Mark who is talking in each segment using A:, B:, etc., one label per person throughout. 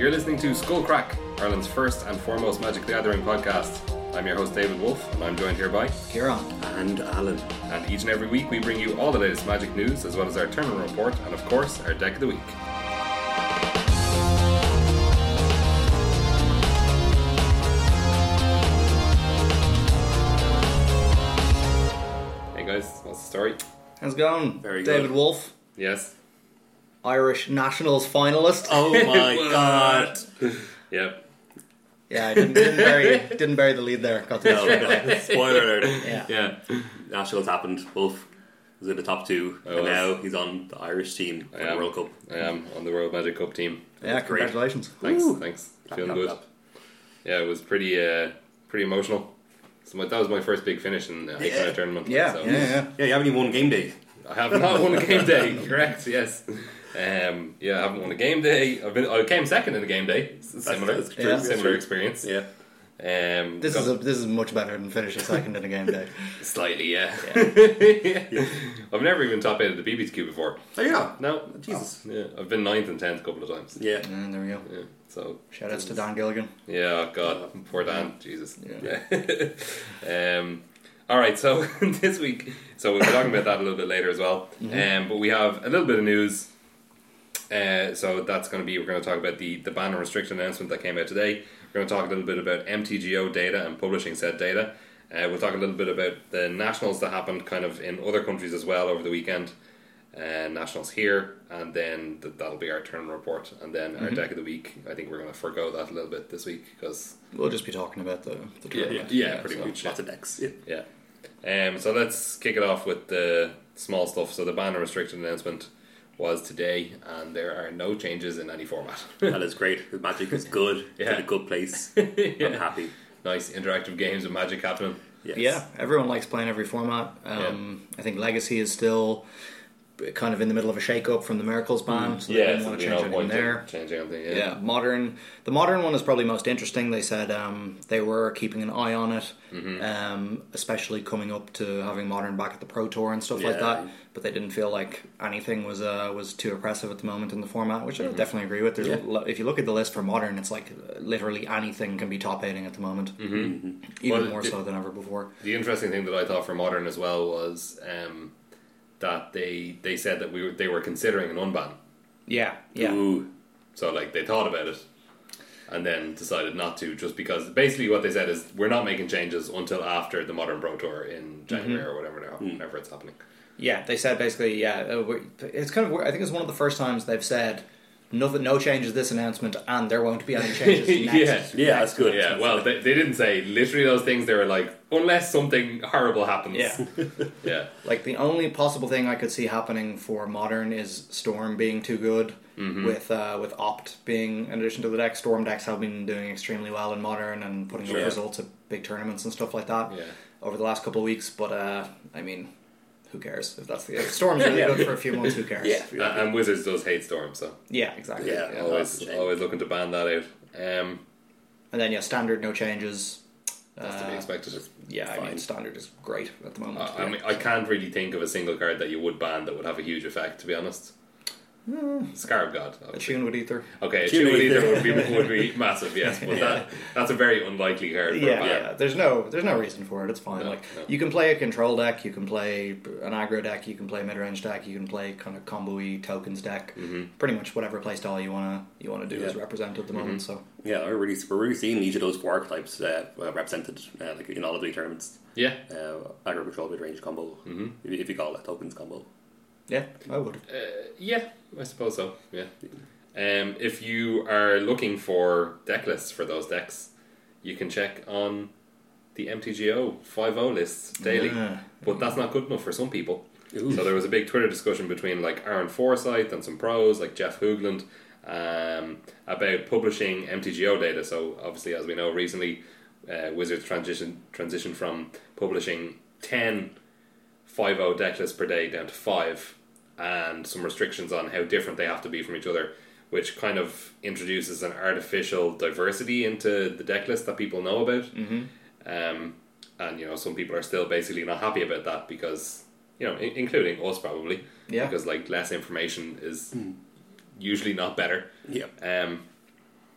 A: listening to Skull Crack, Ireland's first and foremost Magic the Gathering podcast. I'm your host David Wolf, and I'm joined here by
B: Kieran.
C: And Alan.
A: And each and every week we bring you all the latest Magic news, as well as our tournament report, and of course our deck of the week. Hey guys, what's the story?
B: How's it going?
C: Very good.
B: David Wolf,
A: Yes.
B: Irish Nationals finalist.
C: Oh my god.
A: Yep.
B: Yeah, I didn't, didn't bury didn't bury the lead there. Got the
C: No, no. Spoiler alert.
B: Yeah.
A: Yeah.
C: Nationals happened. Wolf was in the top two,
A: I
C: and
A: was.
C: now he's on the Irish team for
A: am.
C: the World Cup.
A: I am on the World Magic Cup team.
B: Yeah, congratulations.
A: Thanks,
C: Woo.
A: thanks.
C: Clap,
A: Feeling
C: clap,
A: good.
C: clap.
A: Yeah, it was pretty, uh, pretty emotional. So my, that was my first big finish in the High
C: Yeah.
A: tournament.
B: Yeah,
A: so
B: yeah, yeah.
C: Yeah, you haven't even won game day.
A: I have not won a game day. Correct. Yes. Um, yeah, I haven't won a game day. I've been. I came second in a game day. S- Similar,
C: that's true,
B: Yeah. that's
A: similar
C: true.
A: experience.
C: Yeah.
A: Um,
B: This
A: got-
B: is a, this is much better than finishing second in a game day.
A: slightly. Yeah. I've never even top eight at the BBQ before.
C: Oh, yeah.
A: No.
C: Jesus.
A: Yeah, I've been ninth and tenth a couple of times.
C: Yeah.
B: And there we go.
A: Yeah, so
B: Shout outs to Dan Gilligan.
A: Yeah, oh God, poor Dan, Jesus.
B: Yeah.
A: Yeah. um, all right, so this week, so we'll be talking about that a little bit later as well. Um, but we have a little bit of news. Uh, so that's going to be we're going to talk about the the ban and restriction announcement that came out today. We're going to talk a little bit about MTGO data and publishing said data. Uh, we'll talk a little bit about the nationals that happened kind of in other countries as well over the weekend. Uh, nationals here, and then th- that'll be our turn report, and then our deck of the week. I think we're going to forego that a little bit this week because
B: We'll just be talking about the, the
A: yeah,
B: tournament.
A: pretty
B: so.
A: much. Yeah.
C: Lots of decks. Yeah.
A: Yeah. Um, so let's kick it off with the small stuff. So the ban and restriction announcement was today, and there are no changes in any format.
C: That is great. The magic is good. It's
A: Yeah.
C: in a good place. I'm
A: Yeah.
C: happy.
A: nice interactive games with magic happening.
C: Yes.
B: Yeah, everyone likes playing every format. Um, I think Legacy is still kind of in the middle of a shake-up from the Miracles ban, so they didn't
A: so there'd
B: want to
A: be
B: change anything
A: point in
B: there.
A: changing anything. Yeah.
B: Yeah, modern. The modern one is probably most interesting. They said um, they were keeping an eye on it, um, especially coming up to having modern back at the Pro Tour and stuff like
C: Yeah.
B: that. But they didn't feel like anything was uh, was too oppressive at the moment in the format, which I definitely agree with. There's
C: Yeah.
B: lo- if you look at the list for modern, it's like uh, literally anything can be top eighting at the moment, mm-hmm. even
A: Well,
B: more
A: it-
B: so than ever before.
A: The interesting thing that I thought for modern as well was um, that they they said that we were, they were considering an unban.
B: Yeah, yeah,
C: Ooh.
A: So like they thought about it and then decided not to just because basically what they said is we're not making changes until after the modern pro tour in January or whatever now, whenever it's happening.
B: yeah. They said basically, yeah, uh, we- it's kind of. weird. I think it's one of the first times they've said. Nothing, no changes this announcement, and there won't be any changes next.
A: Yeah.
C: Yeah, that's good.
A: Yeah, well they, they didn't say literally those things, they were like, unless something horrible happens.
B: Yeah.
A: yeah.
B: Like the only possible thing I could see happening for modern is Storm being too good,
C: Mm-hmm.
B: with uh, with Opt being an addition to the deck. Storm decks have been doing extremely well in modern and putting
C: Yeah.
B: up results at big tournaments and stuff like that
A: Yeah.
B: over the last couple of weeks. But uh, I mean, who cares if that's the if Storm's really good for a few months? Who cares?
C: Yeah.
A: A- And Wizards does hate Storm, so
B: Yeah, exactly.
C: Yeah. that's a
A: always
C: shame.
A: always looking to ban that out. Um
B: And then yeah, standard no changes.
A: that's to be
B: Uh,
A: expected.
B: Yeah, I mean
C: Fine.
B: standard is great at the moment.
A: I- Uh, I
B: Yeah.
A: mean, I can't really think of a single card that you would ban that would have a huge effect, to be honest. Scarab God.
B: A
A: obviously.
B: tune would either.
A: Okay, a
C: Tune
A: tune with
C: either.
A: either would be would be massive, yes, but that that's a very unlikely card. For
B: yeah,
A: a ban.
B: yeah. There's no there's no reason for it. It's fine.
A: No,
B: like
A: no.
B: you can play a control deck, you can play an aggro deck, you can play mid range deck, you can play kind of combo-y tokens deck.
A: Mm-hmm.
B: Pretty much whatever playstyle you wanna you wanna do is
C: Yeah.
B: represented at the moment. So
C: Yeah, we're really, we're really seeing each of those four archetypes uh, uh, represented uh, like in all of the tournaments.
A: yeah.
C: Uh, aggro control mid range combo, mm-hmm. if, you- if you call it tokens combo.
B: yeah, I would.
A: Yeah, I suppose so. Yeah. Um, if you are looking for deck lists for those decks, you can check on the MTGO 5.0 lists daily.
B: Yeah.
A: But that's not good enough for some people.
C: Ooh.
A: So there was a big Twitter discussion between like Aaron Forsyth and some pros like Jeff Hoogland um, about publishing MTGO data. So obviously, as we know, recently uh, Wizards transition transitioned from publishing ten 5.0 deck lists per day down to five, and some restrictions on how different they have to be from each other, which kind of introduces an artificial diversity into the deck list that people know about. Mm-hmm. Um, and you know, some people are still basically not happy about that because you know, I- including us probably,
B: Yeah.
A: because like less information is usually not better.
C: Yeah.
A: Um,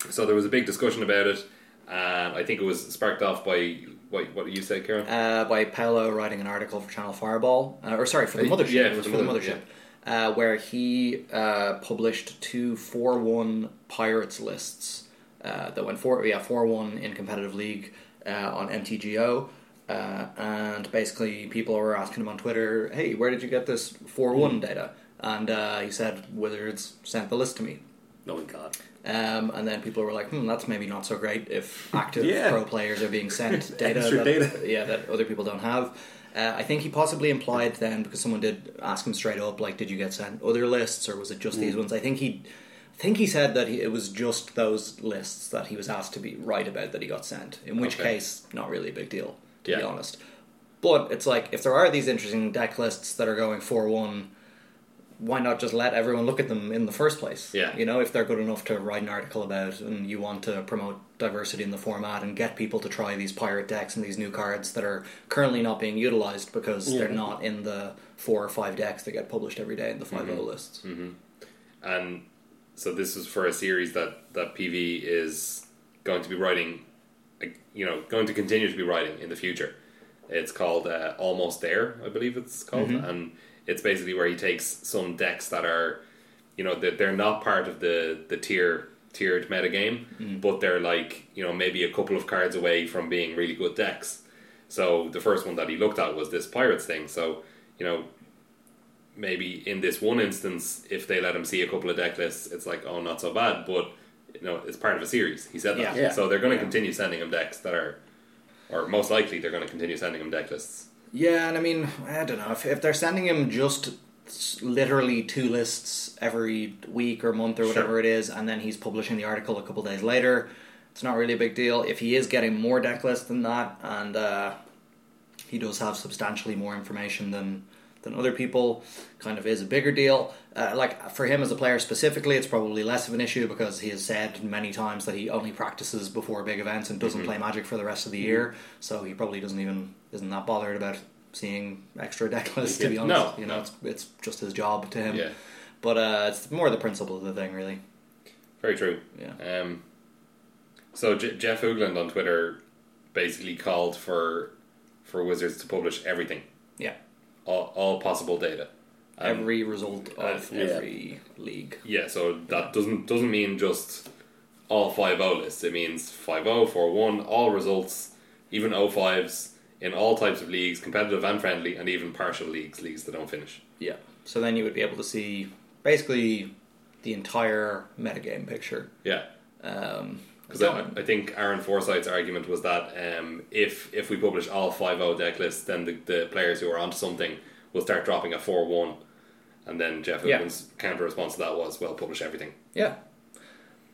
A: So there was a big discussion about it, and I think it was sparked off by what, what you said, Karen.
B: uh, by Paolo writing an article for Channel Fireball, uh, or sorry, for the
A: Uh,
B: mothership.
A: yeah,
B: it was for the mothership, uh, where he uh, published two four-one pirates lists uh, that went four yeah four-one in competitive league uh, on MTGO. Uh, and basically, people were asking him on Twitter, "Hey, where did you get this four-one
A: Hmm.
B: data?" And uh, he said, "Wizards sent the list to me."
C: Oh my god.
B: Um, and then people were like, "Hmm, that's maybe not so great if active
C: Yeah.
B: pro players are being sent data,
C: Extra
B: that,
C: data.
B: yeah, that other people don't have." Uh, I think he possibly implied then because someone did ask him straight up, like, "Did you get sent other lists, or was it just
C: Hmm.
B: these ones?" I think he, I think he said that he, it was just those lists that he was asked to be right about that he got sent. In which
A: Okay.
B: case, not really a big deal, to be
A: Yeah.
B: honest. But it's like if there are these interesting deck lists that are going four one why not just let everyone look at them in the first place?
A: Yeah.
B: You know, if they're good enough to write an article about and you want to promote diversity in the format and get people to try these pirate decks and these new cards that are currently not being utilized because they're not in the four or five decks that get published every day in the 5 lists.
A: And so this is for a series that that PV is going to be writing, like, you know, going to continue to be writing in the future. It's called uh, Almost There, I believe it's called, and it's basically where he takes some decks that are, you know, they're, they're not part of the the tier tiered metagame, but they're like you know maybe a couple of cards away from being really good decks. So the first one that he looked at was this pirates thing. So you know maybe in this one instance, if they let him see a couple of deck lists, it's like, oh, not so bad. But you know, it's part of a series. He said that,
B: Yeah. Yeah.
A: so they're going to
B: Yeah.
A: continue sending him decks that are, or most likely, they're going to continue sending him deck lists.
B: Yeah, and I mean, I don't know if, if they're sending him just s- literally two lists every week or month or whatever it is, and then he's publishing the article a couple days later. It's not really a big deal. If he is getting more deck lists than that, and uh, he does have substantially more information than than other people, kind of is a bigger deal. Uh, like for him as a player specifically, it's probably less of an issue because he has said many times that he only practices before big events and
A: Mm-hmm.
B: doesn't play Magic for the rest of the year. So he probably doesn't even isn't that bothered about seeing extra deck lists. To be
A: Yeah.
B: honest,
A: No,
B: you know,
A: no.
B: it's it's just his job to him.
A: Yeah,
B: But uh, it's more the principle of the thing, really.
A: very true.
B: Yeah.
A: Um, so J- Jeff Hoogland on Twitter basically called for for Wizards to publish everything,
B: Yeah.
A: all, all possible data. Um,
B: every result of
A: uh,
C: yeah.
B: every league.
A: Yeah, so that doesn't doesn't mean just all five O lists. It means five O, four one, all results, even O fives in all types of leagues, competitive and friendly, and even partial leagues, leagues that don't finish.
B: Yeah. So then you would be able to see basically the entire metagame picture.
A: Yeah,
B: Um,
A: because I, I think Aaron Forsyth's argument was that um, if if we publish all five O deck lists, then the, the players who are onto something will start dropping a four one, and then Jeff
B: Yeah.
A: Hoopman's counter response to that was, "Well, publish everything."
B: yeah.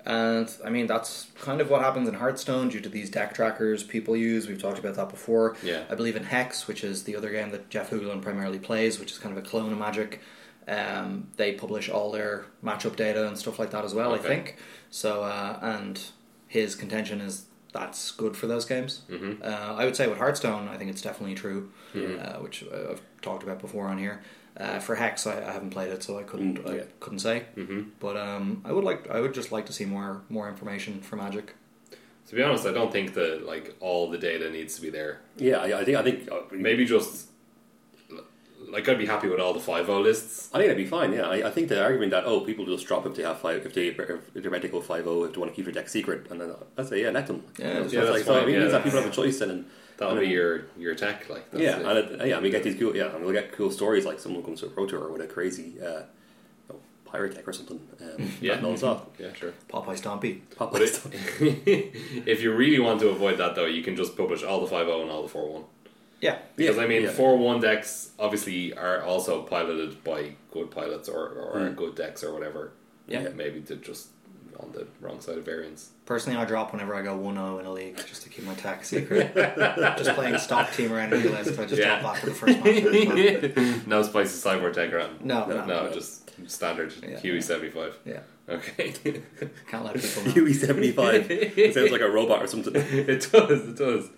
B: And I mean that's kind of what happens in Hearthstone due to these deck trackers people use. We've talked about that before.
A: Yeah.
B: I believe in Hex, which is the other game that Jeff Hoogland primarily plays, which is kind of a clone of Magic. Um, they publish all their matchup data and stuff like that as well. I
A: Okay.
B: think so. Uh, and his contention is that's good for those games. Mm-hmm. Uh, I would say with Hearthstone, I think it's definitely true, uh, which uh, I've talked about before on here. Uh, for Hex, I, I haven't played it, so I couldn't I couldn't say. Mm, Mm-hmm. But um, I would like I would just like to see more more information for Magic.
A: To be honest, I don't think that like all the data needs to be there.
C: Yeah, I, I think I think uh,
A: Maybe just like I'd be happy with all the five O lists.
C: I think that'd be fine. Yeah, I, I think the argument that oh, people just drop if they have five, if they if they're meant to go five zero, if they want to keep their deck secret, and then I say yeah, let them.
B: Yeah,
C: You know,
B: that's
C: so it's
A: fine.
C: like, so it
A: Yeah,
C: means that
A: that's-
C: people have a choice then. And,
A: That'll be your your tech. Like that's
C: yeah,
A: it.
C: and it, yeah, and we get these cool yeah, and we'll get cool stories like someone comes to a pro tour with a crazy uh, you know, pirate deck or something. Um,
A: Yeah.
C: yeah, non-stop.
A: yeah, sure.
B: Popeye Stompy.
C: Pop
A: But it, if you really want to avoid that, though, you can just publish all the five O and all the four one.
B: Yeah.
A: Because I mean,
C: yeah.
A: four one decks obviously are also piloted by good pilots or or
C: Mm.
A: good decks or whatever.
B: Hmm. Yeah.
A: maybe to just on the wrong side of variance.
B: Personally, I drop whenever I go 1-0 in a league just to keep my tax secret. just playing stock team around the list. I just
A: Yeah.
B: drop after the first match.
A: no spicy cyborg tech around.
B: No,
A: no,
B: no,
A: no,
C: no.
A: just standard
B: Yeah.
A: Huey seventy five.
B: yeah,
A: Okay.
B: can't let people know.
C: UE E seventy five. It sounds like a robot or something.
A: it does, it does.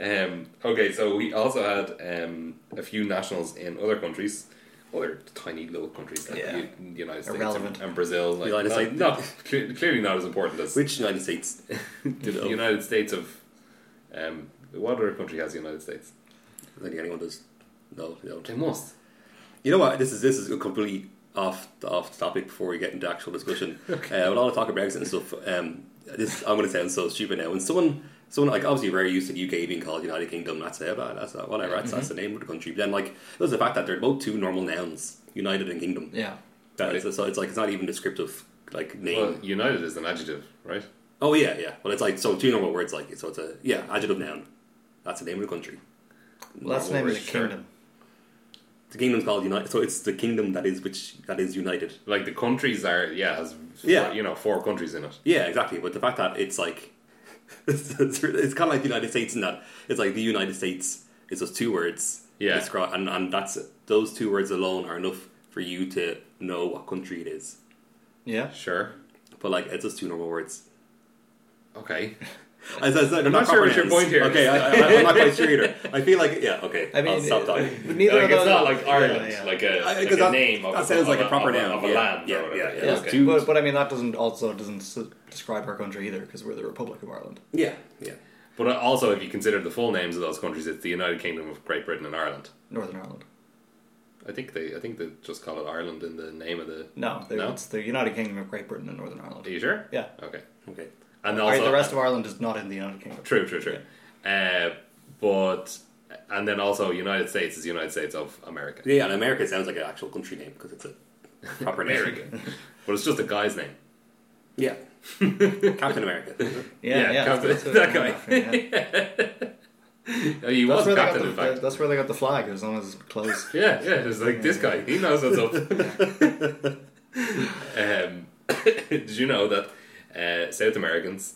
A: Um, okay, so we also had um, a few nationals in other countries. other tiny little countries like
B: Yeah.
A: the U- the United States
B: Irrelevant.
A: and, and Brazil. Like,
C: United
A: not,
C: States-
A: not- cle- clearly not as important as
C: Which United States?
A: the
C: Did it own?
A: United States of. Um, what other country has the United States?
C: I don't think anyone does. No, they don't.
A: They must.
C: You know what? This is this is a completely off off topic. Before we get into actual discussion, uh, with all the talk of Brexit and stuff, um, this I'm going to sound so stupid now. When someone someone like obviously very used to the UK being called United Kingdom, that's it, but that's uh, whatever. That's,
B: Mm-hmm.
C: that's the name of the country. But then like there's the fact that they're both two normal nouns, United and Kingdom.
B: Yeah.
C: That is, so it's like it's not even descriptive like name.
A: Well, United is an adjective, right?
C: oh yeah, yeah. Well, it's like so two normal words like so it's a yeah adjective noun. That's the name of the country.
B: Well, that's the name
C: Normal
B: of the
C: word.
B: kingdom.
C: The kingdom's called United, so it's the kingdom that is which that is united.
A: Like the countries are, yeah, has
C: Yeah.
A: you know four countries in it.
C: Yeah, exactly. But the fact that it's like it's, it's, really- it's kind of like the United States in that it's like the United States is just two words.
A: Yeah.
C: It's gra- and and that's those two words alone are enough for you to know what country it is.
B: Yeah.
A: Sure.
C: But like it's just two normal words.
A: Okay.
C: I, I, I,
A: not sure what your point here is.
C: Okay, I, I, I'm not quite sure either. I feel like yeah. Okay,
B: I mean,
C: I'll stop talking.
B: but neither
A: like
B: of
A: it's
B: those-
A: not like
B: yeah,
A: Ireland,
B: yeah.
A: like a,
C: I-
A: like
C: 'cause
A: a
C: that-
A: name of
C: that sounds
A: of
C: like a proper
A: of
C: noun.
A: of a
C: Yeah,
A: land
C: yeah,
A: or whatever.
C: yeah, yeah.
B: Yeah,
C: Okay.
A: Two-
B: but, but I mean that doesn't also doesn't s- describe our country either because we're the Republic of Ireland.
C: Yeah, yeah.
A: But also, if you consider the full names of those countries, it's the United Kingdom of Great Britain and Ireland.
B: Northern Ireland.
A: I think they, I think they just call it Ireland in the name of the.
B: No, they're-
A: No?
B: it's the United Kingdom of Great Britain and Northern
A: Are
B: Ireland.
A: you sure?
B: Yeah,
A: Okay.
C: Okay.
A: And
B: All right,
A: also,
B: the rest of Ireland is not in the United Kingdom.
A: true, true, true. Uh, but and then also, United States is United States of America.
C: Yeah, and America sounds like an actual country name because it's a proper name.
A: America, but it's just a guy's name.
C: Yeah. Captain America.
B: Yeah,
A: Yeah,
B: yeah,
A: Captain-
B: that's what-
A: that
B: yeah,
A: guy.
B: yeah.
A: Uh, He
B: That's
A: was
B: where they got
A: captain,
B: the-
A: in fact. Oh.
B: That's where they got the flag. As long as it's close.
A: Yeah, yeah. It's like this guy. He knows what's up. um, did you know that uh, South Americans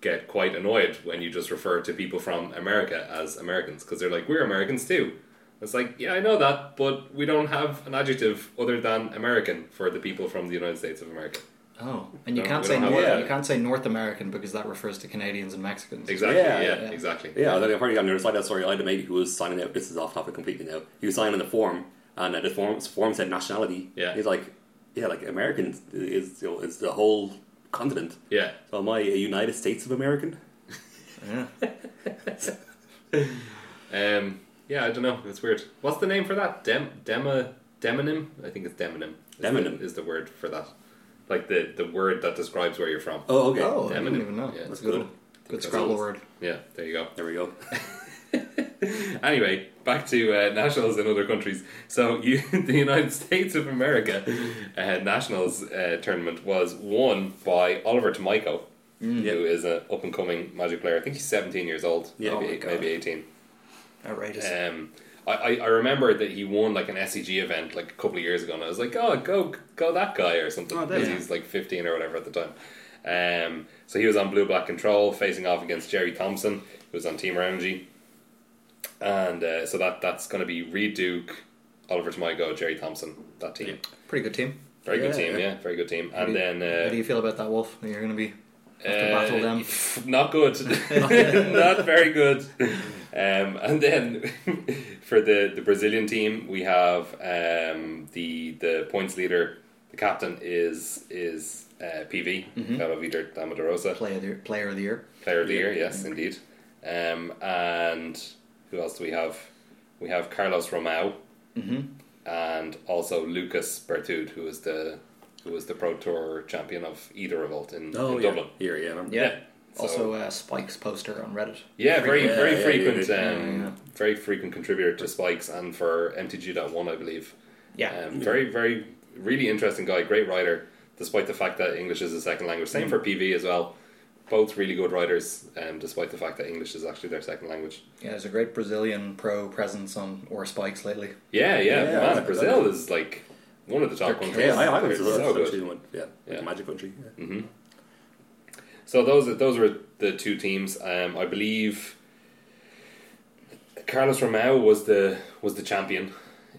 A: get quite annoyed when you just refer to people from America as Americans because they're like, we're Americans too. It's like, yeah, I know that, but we don't have an adjective other than American for the people from the United States of America.
B: Oh, and you
A: No,
B: can't
A: we
B: say
A: don't have
B: North,
C: that.
B: you can't say North American because that refers to Canadians and Mexicans.
A: Exactly. Yeah.
C: Yeah,
B: yeah.
A: Exactly.
C: Yeah, I've already got another side of that story. I had a mate who was signing out. This is off topic completely now. He was signing the form, and uh, the form form said nationality.
A: Yeah.
C: he's like, yeah, like American is you know, is the whole continent.
A: Yeah.
C: So am I a United States of American?
B: Yeah. Oh,
A: Um, yeah, I don't know. It's weird. What's the name for that? Dem dema demonym? I think it's demonym. Is
C: Demonym.
A: the, is the word for that? Like the the word that describes where you're from.
C: Oh, okay.
B: Oh, I didn't
A: Demonym.
B: even know.
A: Yeah,
B: that's
C: that's
B: a good.
C: good.
B: one. Good
A: That's
B: Scrabble
A: all.
B: word.
A: Yeah, there you go.
C: There we go.
A: Anyway, back to uh, nationals in other countries. So, you, the United States of America uh, nationals uh, tournament was won by Oliver Tomico,
C: Mm,
A: who is an up and coming Magic player. I think he's 17 years old, maybe,
C: Yeah. Oh my
A: eight-
C: God.
A: maybe 18.
B: Outrageous.
A: Um, I, I, I remember that he won like an SCG event like a couple of years ago, and I was like, oh, go go that guy or something
C: Oh,
A: because
C: yeah.
A: he's like fifteen or whatever at the time. Um, so he was on Blue Black Control, facing off against Jerry Thompson, who was on Team Energy, and uh, so that that's going to be Reed Duke, Oliver Tomago, Jerry Thompson, that team.
B: Pretty good team.
A: Very good
C: Yeah,
A: team, yeah.
C: yeah.
A: very good team.
B: do
A: And
B: you-
A: then
B: How
A: uh,
B: do you feel about that wolf? That You're going to be have to
A: uh,
B: battle them.
A: Not good. not very good. Um, and then for the, the Brazilian team, we have um, the the points leader. The captain is is uh, PV Carlo Vitor Damaderosa,
B: Player of the, Mm-hmm. player Mm-hmm. of the year.
A: player of the year. Yes, indeed. Um, and who else do we have? We have Carlos Romao
B: Mm-hmm.
A: and also Lucas Bertud, who is the who was the Pro Tour champion of Ida Revolt in,
B: Oh,
A: in
C: yeah.
A: Dublin.
C: Here, yeah. I remember.
A: Oh, Yeah. So-
B: Also, uh, Spike's poster on Reddit.
A: Yeah, very
C: Yeah,
A: very
C: yeah,
A: frequent,
C: yeah,
B: yeah.
A: um,
B: Yeah, yeah.
A: very frequent contributor to Spikes and for MTG.1, I believe.
B: Yeah.
A: Um, very very really interesting guy, great writer, despite the fact that English is a second language. Same for PV as well. Both really good writers, um, despite the fact that English is actually their second language.
B: Yeah, there's a great Brazilian pro presence on Or Spikes lately.
A: Yeah, yeah,
C: Yeah,
A: man,
C: yeah.
A: Brazil is like one of the top
B: They're
A: countries.
C: Yeah, I, I was
A: They're so good.
C: actually one. Yeah, like
A: Yeah.
C: a magic country. Yeah.
A: So those are- those were the two teams. Um, I believe Carlos Romao was the was the champion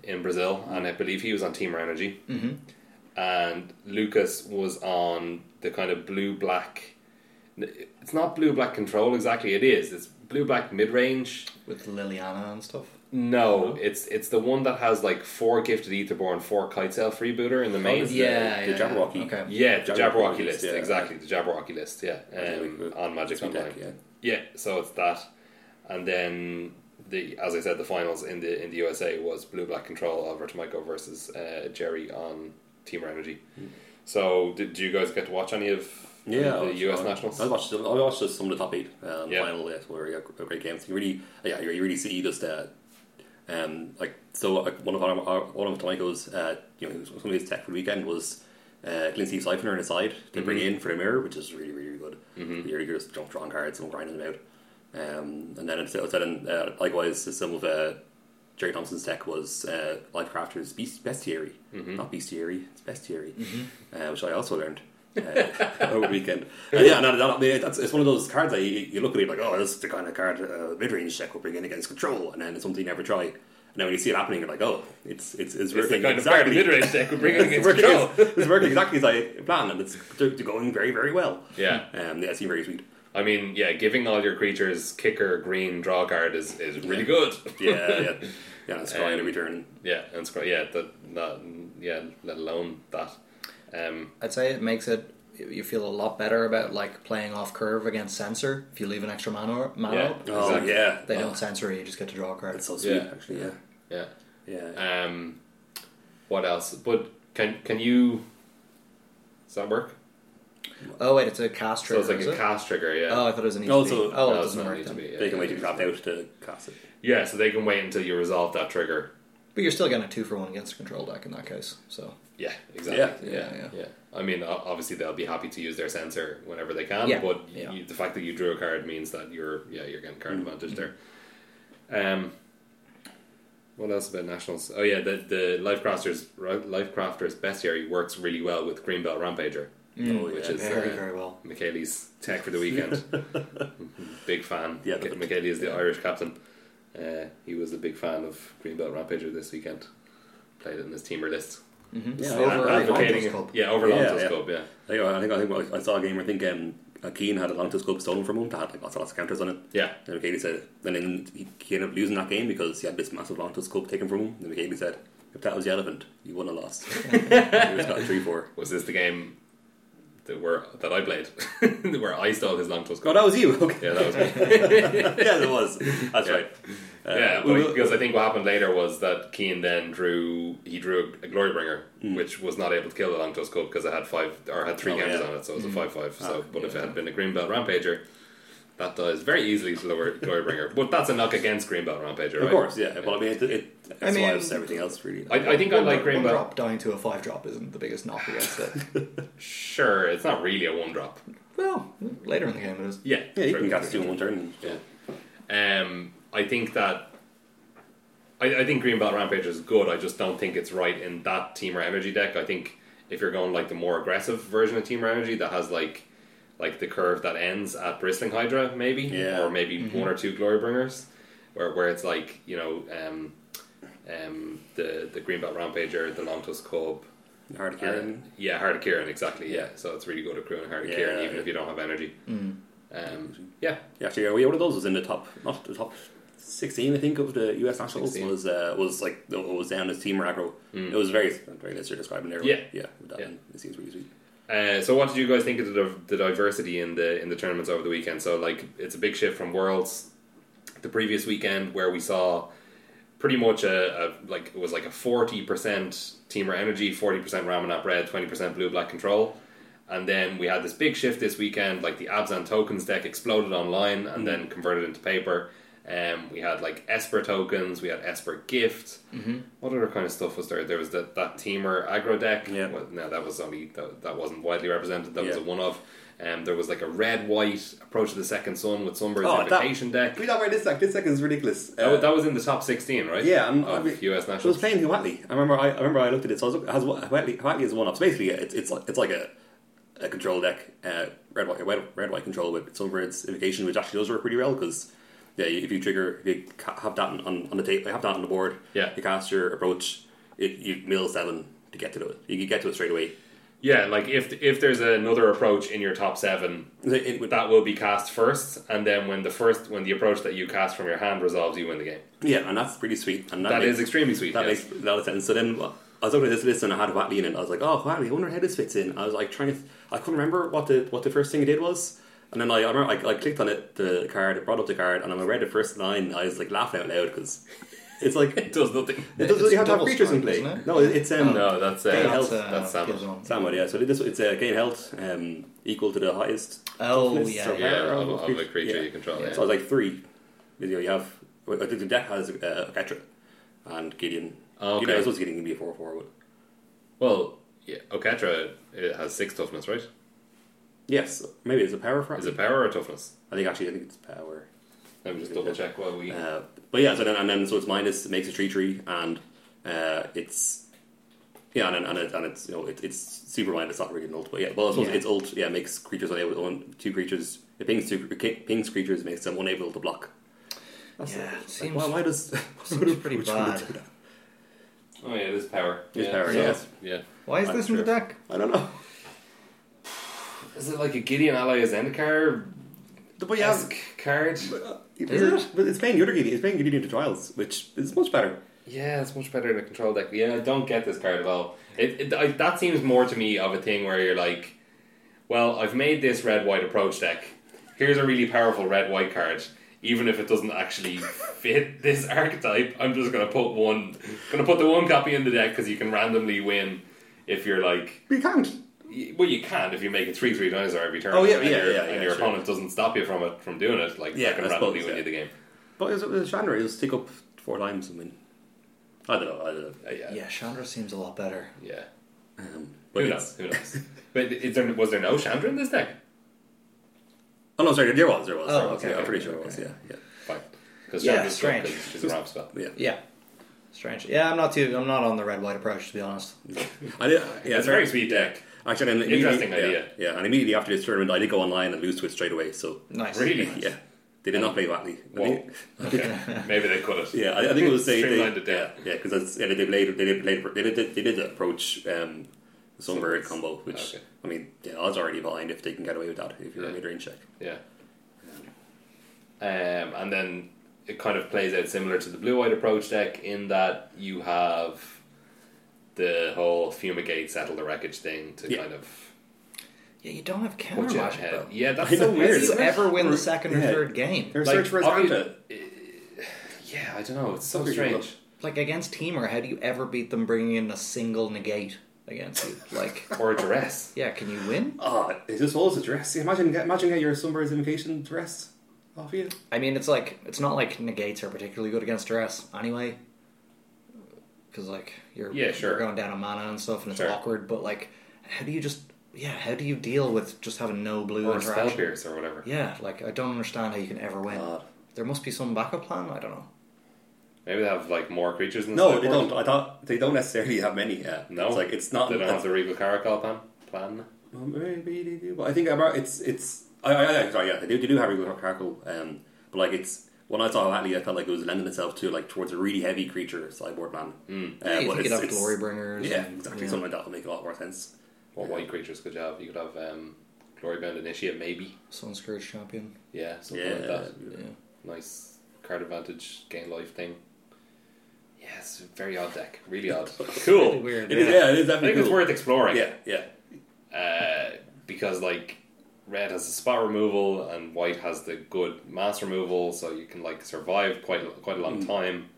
A: in Brazil, and I believe he was on Team Energy. Mm-hmm. And Lucas was on the kind of blue black It's not blue black control exactly. It is. It's blue black mid range.
B: with Liliana and stuff.
A: No, it's it's the one that has like four gifted etherborn, four kite cell freebooter in the main.
C: is Oh, the-
B: yeah,
C: the
B: yeah,
C: Jabberwocky.
B: Okay.
A: Yeah, the
C: Jabberwocky
A: Jabberwocky list,
C: list, yeah.
A: exactly. The Jabberwocky list, yeah,
C: like
A: um,
C: the-
A: on Magic
C: Speed
A: Online.
C: deck, yeah.
A: yeah, so it's that, and then the as I said, the finals in the in the USA was Blue Black Control Oliver Tomico versus uh, Jerry on Team Energy. So did, did you guys get to watch any of
C: Hmm. Yeah,
A: the
C: I-
A: US
C: I-
A: nationals?
C: I watched. I watched just some of the top eight um,
A: Yeah.
C: final. Yeah, where you got great games. You really, yeah, you really see just uh, um, like so. Like one of our, our one of Tomiko's, uh, you know, some of his tech for the weekend was uh, clean sleeve siphoner on his side. They bring
A: Mm-hmm.
C: in for the mirror, which is really really good. You're you're just jump drawing cards and grinding them out. Um, and then it's it's then uh, likewise some of uh, Jerry Thompson's tech was uh, Life Crafter's Beast Bestiary,
A: Mm-hmm.
C: not Bestiary, it's Bestiary, uh, which I also learned uh, over the weekend. Uh, yeah, no, no, no, I mean, that's, it's one of those cards that you, you look at it like, oh, this is the kind of card uh, mid range deck will bring in against control, and then it's something you never try. And then when you see it happening, you're like, oh, it's it's it's,
A: it's the
C: working
A: kind
C: exactly.
A: of mid range deck would bring in
C: it's,
A: against
C: working,
A: control.
C: it's, it's working exactly as I planned, and it's they're going very very well.
A: Yeah.
C: um, yeah, it's very sweet.
A: I mean, yeah, giving all your creatures kicker green draw card is is really
C: Yeah.
A: good.
C: Yeah, yeah, yeah. It's crying
A: Um,
C: every turn.
A: Yeah, and scroll. Yeah, that, that. Yeah, let alone that. Um,
B: I'd say it makes it you feel a lot better about like playing off curve against sensor if you leave an extra mana mana
A: Yeah.
B: up.
C: Oh
A: Exactly.
C: yeah,
B: They
C: oh,
B: don't censor you, you just get to draw a card.
C: That's so sweet,
A: Yeah.
C: actually. Yeah,
A: yeah.
C: yeah.
A: Um, what else? But can can you? Does that work?
B: Oh wait, it's a cast
A: So
B: trigger.
A: it's like
B: is
A: a
B: it?
A: cast trigger. Yeah.
B: Oh, I thought it was an ETB.
C: No, so-
B: oh,
A: No,
B: it
A: it's
B: doesn't
A: not E
B: work
A: need to
B: then.
A: be, yeah.
C: they can wait to drop out to cast it.
A: Yeah, so they can wait until you resolve that trigger.
B: But you're still getting a two for one against the control deck in that case. So
A: Yeah, exactly.
B: Yeah,
A: yeah,
B: yeah,
A: yeah. I mean, o- obviously they'll be happy to use their sensor whenever they can,
B: Yeah,
A: but
B: yeah. Mm-hmm.
A: You, the fact that you drew a card means that you're yeah you're getting card advantage there. Um, what else about nationals? Oh yeah, the the lifecrafters lifecrafters bestiary works really well with Greenbelt Rampager,
C: Oh,
A: which
C: yeah.
A: is
B: very,
A: uh,
B: very well.
A: Michele's tech for the weekend. big fan.
C: Yeah,
A: Mich-
C: but-
A: Michele is the Irish captain. Uh, he was a big fan of Greenbelt Rampager this weekend. Played it in his teamer list.
C: Yeah,
B: So
C: I- I-
B: over
C: I-
B: Lantos
A: Advocating-
B: Club.
A: Yeah, over
C: Yeah,
A: Lantos
C: yeah.
A: Club, yeah.
C: I think I think, I think I saw a game where I think um, Keane had a long scope stolen from him that had like lots, and lots of counters on it.
A: Yeah.
C: And Michele said, and then he, he ended up losing that game because he had this massive long scope taken from him. And Michele said, if that was the elephant, you wouldn't have lost. he was got three four.
A: Was this the game that were that I played where I stole his Lantos
C: Oh,
A: Club?
C: that was you. Okay.
A: Yeah, that was me.
C: yeah, it was. That's
A: Yeah.
C: right. Uh,
A: yeah,
C: we
A: but
C: will-
A: because I think what happened later was that Keane then drew he drew a Glorybringer, which was not able to kill the Longtoes Club because it had five or had three
C: Hmm. Oh,
A: counters
C: yeah.
A: on it, so it was a five five.
C: Ah,
A: so, but if it
C: yeah.
A: had been a Greenbelt Rampager, that dies very easily to lower Glorybringer. But that's a knock against Greenbelt Rampager, right?
C: Of course, yeah. Well, I mean, it, it, it's
B: I
C: why
B: mean-
C: it's everything else really.
A: I, I think I
B: One
A: like
B: drop- one
A: Greenbelt.
B: drop down to a five drop isn't the biggest knock against it.
A: Sure, it's not really a one drop.
B: well, later in the game it is.
A: Yeah,
C: yeah, you
A: true.
C: can cast two in one turn.
A: Yeah. Um, I think that I, I think Greenbelt Rampage is good. I just don't think it's right in that Teamer Energy deck. I think if you're going like the more aggressive version of Teamer Energy that has like like the curve that ends at Bristling Hydra, maybe,
C: Yeah. Mm-hmm.
A: or maybe one or two Glorybringers, where where it's like you know um, um, the the Greenbelt Rampager, the Longtus Cub.
C: Hard to carry.
A: Uh, yeah, Hard Kieran, exactly. Yeah, so it's really good at crewing Hard
C: Yeah,
A: Kieran, even
C: yeah. Mm.
A: if you don't have energy. Um, yeah,
C: Yeah, actually, uh, yeah, we- one of those was in the top, not the top sixteen, I think, of the U.S. nationals
A: 16.
C: was uh, was like it was down as team aggro. It was very very nice you're describing there.
A: Hmm. Yeah.
C: yeah, with that
A: Yeah.
C: one. it seems really sweet.
A: Uh, so what did you guys think of the, div- the diversity in the in the tournaments over the weekend? So like it's a big shift from Worlds the previous weekend where we saw pretty much a, a like it was like a 40% Teamer Energy, 40% Ramanap Red, 20% Blue Black Control. And then we had this big shift this weekend, like the Abzan tokens deck exploded online and then converted into paper. Um, we had like Esper tokens, we had Esper Gift. Mm-hmm. What other kind of stuff was there? There was that, that Teamer aggro deck.
C: Yeah.
A: Well, no, that was only that, that wasn't widely represented. That was a
C: Yeah.
A: one of. Um, there was like a red white approach to the second sun with Sunbird's
C: Oh, that-
A: invitation deck.
C: We talk about this deck. This deck is ridiculous.
A: Oh, That was, that was in the top 16, right?
C: yeah, I'm,
A: of
C: I mean,
A: US
C: I was
A: nationals.
C: playing Huatli. I remember. I, I remember. I looked at it. So I was looking, has Huatli, Huatli is one up. So basically, it's it's like it's like a, a control deck, uh, red white red, red white control with Sunbird's invocation, which actually does work pretty well because yeah, if you trigger, if you ca- have that on, on the tape, have that on the board,
A: Yeah.
C: you cast your approach, it, you mill seven to get to it. You can get to it straight away.
A: Yeah, like if if there's another approach in your top seven,
C: It- it would-
A: that will be cast first, and then when the first when the approach that you cast from your hand resolves, you win the game.
C: yeah, and that's pretty sweet. And that,
A: That
C: makes,
A: is extremely sweet.
C: that
A: yes.
C: makes a lot of sense. So then well, I was looking at this list and I had Whatley in it. I was like, oh, Whatley, I wonder how this fits in. I was like trying to, I couldn't remember what the what the first thing it did was. And then I, I remember I, I clicked on it, the card, it brought up the card, and when I read the first line, I was like laughing out loud because it's like it
A: it does nothing.
C: doesn't really have to have
B: double
C: creatures in
B: strike,
C: play.
B: isn't it?
C: No, it- it's um,
A: No, that's uh,
C: Gain
A: that's,
C: health,
B: uh,
A: that's salmon.
B: gives on.
C: Samuel, yeah. So this it's uh, gain health um, equal to the highest.
B: Oh,
C: toughness
B: yeah,
C: or
A: Yeah,
C: higher
A: of, of a
C: creature.
A: creature
C: Yeah.
A: you control. Oh, Yeah.
C: So I was like three. You know, you have. I think the deck has uh, Ketra and Gideon.
A: Oh, okay.
C: Gideon, I suppose Gideon can be a four four, but
A: Well, yeah, Oketra it has six toughness, right?
C: yes, maybe it's a power for
A: Is it power or toughness?
C: I think actually, I think it's power.
A: Let me just double check while we.
C: Uh, but yeah, so then and then so it's minus it makes a three three and uh, it's yeah and and, it, and it's you know it, it's super minus not really an ult but yeah well I suppose
B: Yeah.
C: it's ult yeah makes creatures unable on two creatures it pings two it pings creatures makes them unable to block. That's
B: Yeah,
C: like,
B: seems-
C: why, why does
B: seems pretty
C: which one would
B: bad.
C: do that?
A: Oh yeah, it is power.
C: It's power,
A: so-
C: yes.
A: Yeah.
B: Why is
C: I'm
B: this in the
C: sure.
B: deck?
C: I don't know.
A: Is it like a Gideon ally as Zendikar
C: But yeah,
A: esque card?
C: but, uh,
B: it?
C: but it's playing the other Gideon. It's playing Gideon to trials, which is much better.
A: Yeah, it's much better in a control deck. Yeah, I don't get this card at all. It, it I, that seems more to me of a thing where you're like, well, I've made this red white approach deck. Here's a really powerful red white card. Even if it doesn't actually fit this archetype, I'm just gonna put one, gonna put the one copy in the deck because you can randomly win if you're like
C: We can't.
A: Y- Well, you can if you make a three three dinosaur every turn.
C: Oh, yeah,
A: and
C: yeah,
A: your,
C: yeah,
A: and
C: yeah,
A: your
C: sure.
A: opponent doesn't stop you from it from doing it. Like
C: Yeah,
A: that can
C: I
A: randomly
C: suppose,
A: win
C: yeah.
A: you the game.
C: But it was, it was Chandra. It was stick up four times and win. I don't know. I don't know.
A: Uh, yeah, yeah.
B: Yeah, Chandra seems a lot better.
C: Um, but
A: Who knows?
C: it's-
A: Who knows? but is there was there no Chandra in this deck?
C: Oh no, sorry, there was, there was,
B: Oh,
C: there was.
B: okay,
C: yeah, I'm
A: okay,
C: pretty sure
A: okay.
C: it was. Yeah, yeah,
A: Fine, because
B: Yeah,
A: Chandra's good,
B: strange.
A: 'cause she's a ramp spell.
C: yeah.
B: Yeah, strange. Yeah, I'm not too. I'm not on the red white approach to be honest.
C: I did. Yeah,
A: it's a very sweet deck.
C: Actually, and immediately-
A: Interesting
C: yeah,
A: idea.
C: Yeah, and immediately after this tournament, I did go online and lose to it straight away. So
B: Nice.
A: Really?
C: yeah, they did not play Watley. I
A: Whoa.
C: think-
A: Okay. Maybe they cut it.
C: Yeah, I, I think it was they, they
A: Streamlined it down.
C: yeah, yeah, because yeah, they did later, they did later, they did they did approach um, Sunbird
A: Sunbirds.
C: combo, which
A: Okay.
C: I mean, yeah, odds are already behind if they can get away with that if you're a
A: Yeah.
C: mid range check.
A: Yeah. Um, and then it kind of plays out similar to the blue white approach deck in that you have the whole fumigate settle the wreckage thing to
C: Yeah.
A: kind of
B: Yeah, you don't have
A: put
B: counter
A: you
B: magic.
A: ahead.
B: though.
A: Yeah, that's
C: I
A: so
C: know,
A: weird.
B: If
C: it's
B: you
A: isn't it?
B: ever win the second or
C: Yeah.
B: third game,
C: There's
A: Like,
C: search for
A: obvi-
C: Atlanta.
A: Yeah, I don't know. It's so
C: Fucking
A: strange.
C: rough.
B: like against Teamer, how do you ever beat them bringing in a single negate against you? Like,
A: Or a dress.
B: yeah, can you win?
C: Ah, it just holds a dress. Imagine, imagine how your Sunbird's invocation dress off you.
B: I mean, it's like it's not like negates are particularly good against duress anyway, because like you're
A: Yeah, sure.
B: you're going down on mana and stuff, and it's
A: Sure.
B: awkward. But like, how do you just yeah? How do you deal with just having no blue
A: Or a spell
B: interaction?
A: pierce or whatever.
B: Yeah, like I don't understand how you can ever win.
C: God.
B: There must be some backup plan. I don't know.
A: Maybe they have like more creatures in the
C: No, they
A: sideboard.
C: don't. I thought they don't necessarily have many. Yeah,
A: No.
C: it's like it's not.
A: They don't
C: that's-
A: have the regal caracal plan plan.
C: Well, maybe they do, but I think about it's it's. I, I, I sorry, yeah, they do. They do have regular crackle, um, but like it's when I saw Atlee, I felt like it was lending itself to like towards a really heavy creature sideboard man.
A: Hmm.
C: Mm.
B: Yeah, you think you'd have glory bringers.
C: Yeah,
B: and-
C: exactly.
B: yeah.
C: Something like that would make a lot more sense.
A: What white creatures could you have? You could have um, Glorybound Initiate maybe.
B: Sun Scourge champion.
A: Yeah, something
C: Yeah,
A: like that.
B: Yeah.
A: nice card advantage, gain life thing. Yes, very odd deck, really odd.
B: Pretty
A: cool.
B: weird.
C: It
B: yeah.
C: is, yeah, it is
A: I
C: definitely.
A: think it's
C: cool.
A: worth exploring.
C: Yeah, yeah,
A: Uh, because like red has a spot removal and white has the good mass removal, so you can like survive quite a- quite a long
B: Hmm.
A: time.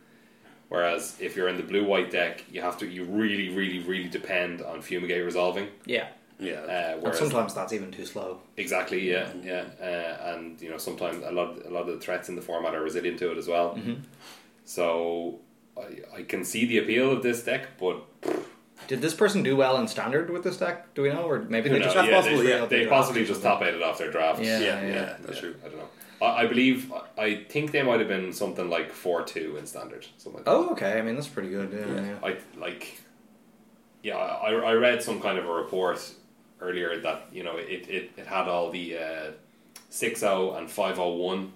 A: Whereas if you're in the blue white deck, you have to you really really really depend on fumigate resolving.
B: Yeah.
C: yeah.
A: Uh,
B: And
A: whereas
B: sometimes Hmm. that's even too slow.
A: Exactly. Yeah, yeah, uh, and you know sometimes a lot a lot of the threats in the format are resilient to it as well.
B: Mm-hmm.
A: So I, I can see the appeal of this deck, but
B: Did this person do well in standard with this deck? Do we know, or maybe
A: who
B: they
A: knows?
B: just
C: that's
A: yeah,
C: possible,
A: they,
C: yeah.
A: they possibly just top eighted off their draft.
B: Yeah,
C: yeah,
B: yeah,
C: yeah, that's true.
A: I don't know. I, I believe I think they might have been something like four two in standard, something. Like that.
B: Oh, okay. I mean, that's pretty good. Yeah, yeah.
C: Oh.
A: I like, yeah, I, I read some kind of a report earlier that you know it, it, it had all the uh, six zero and five zero one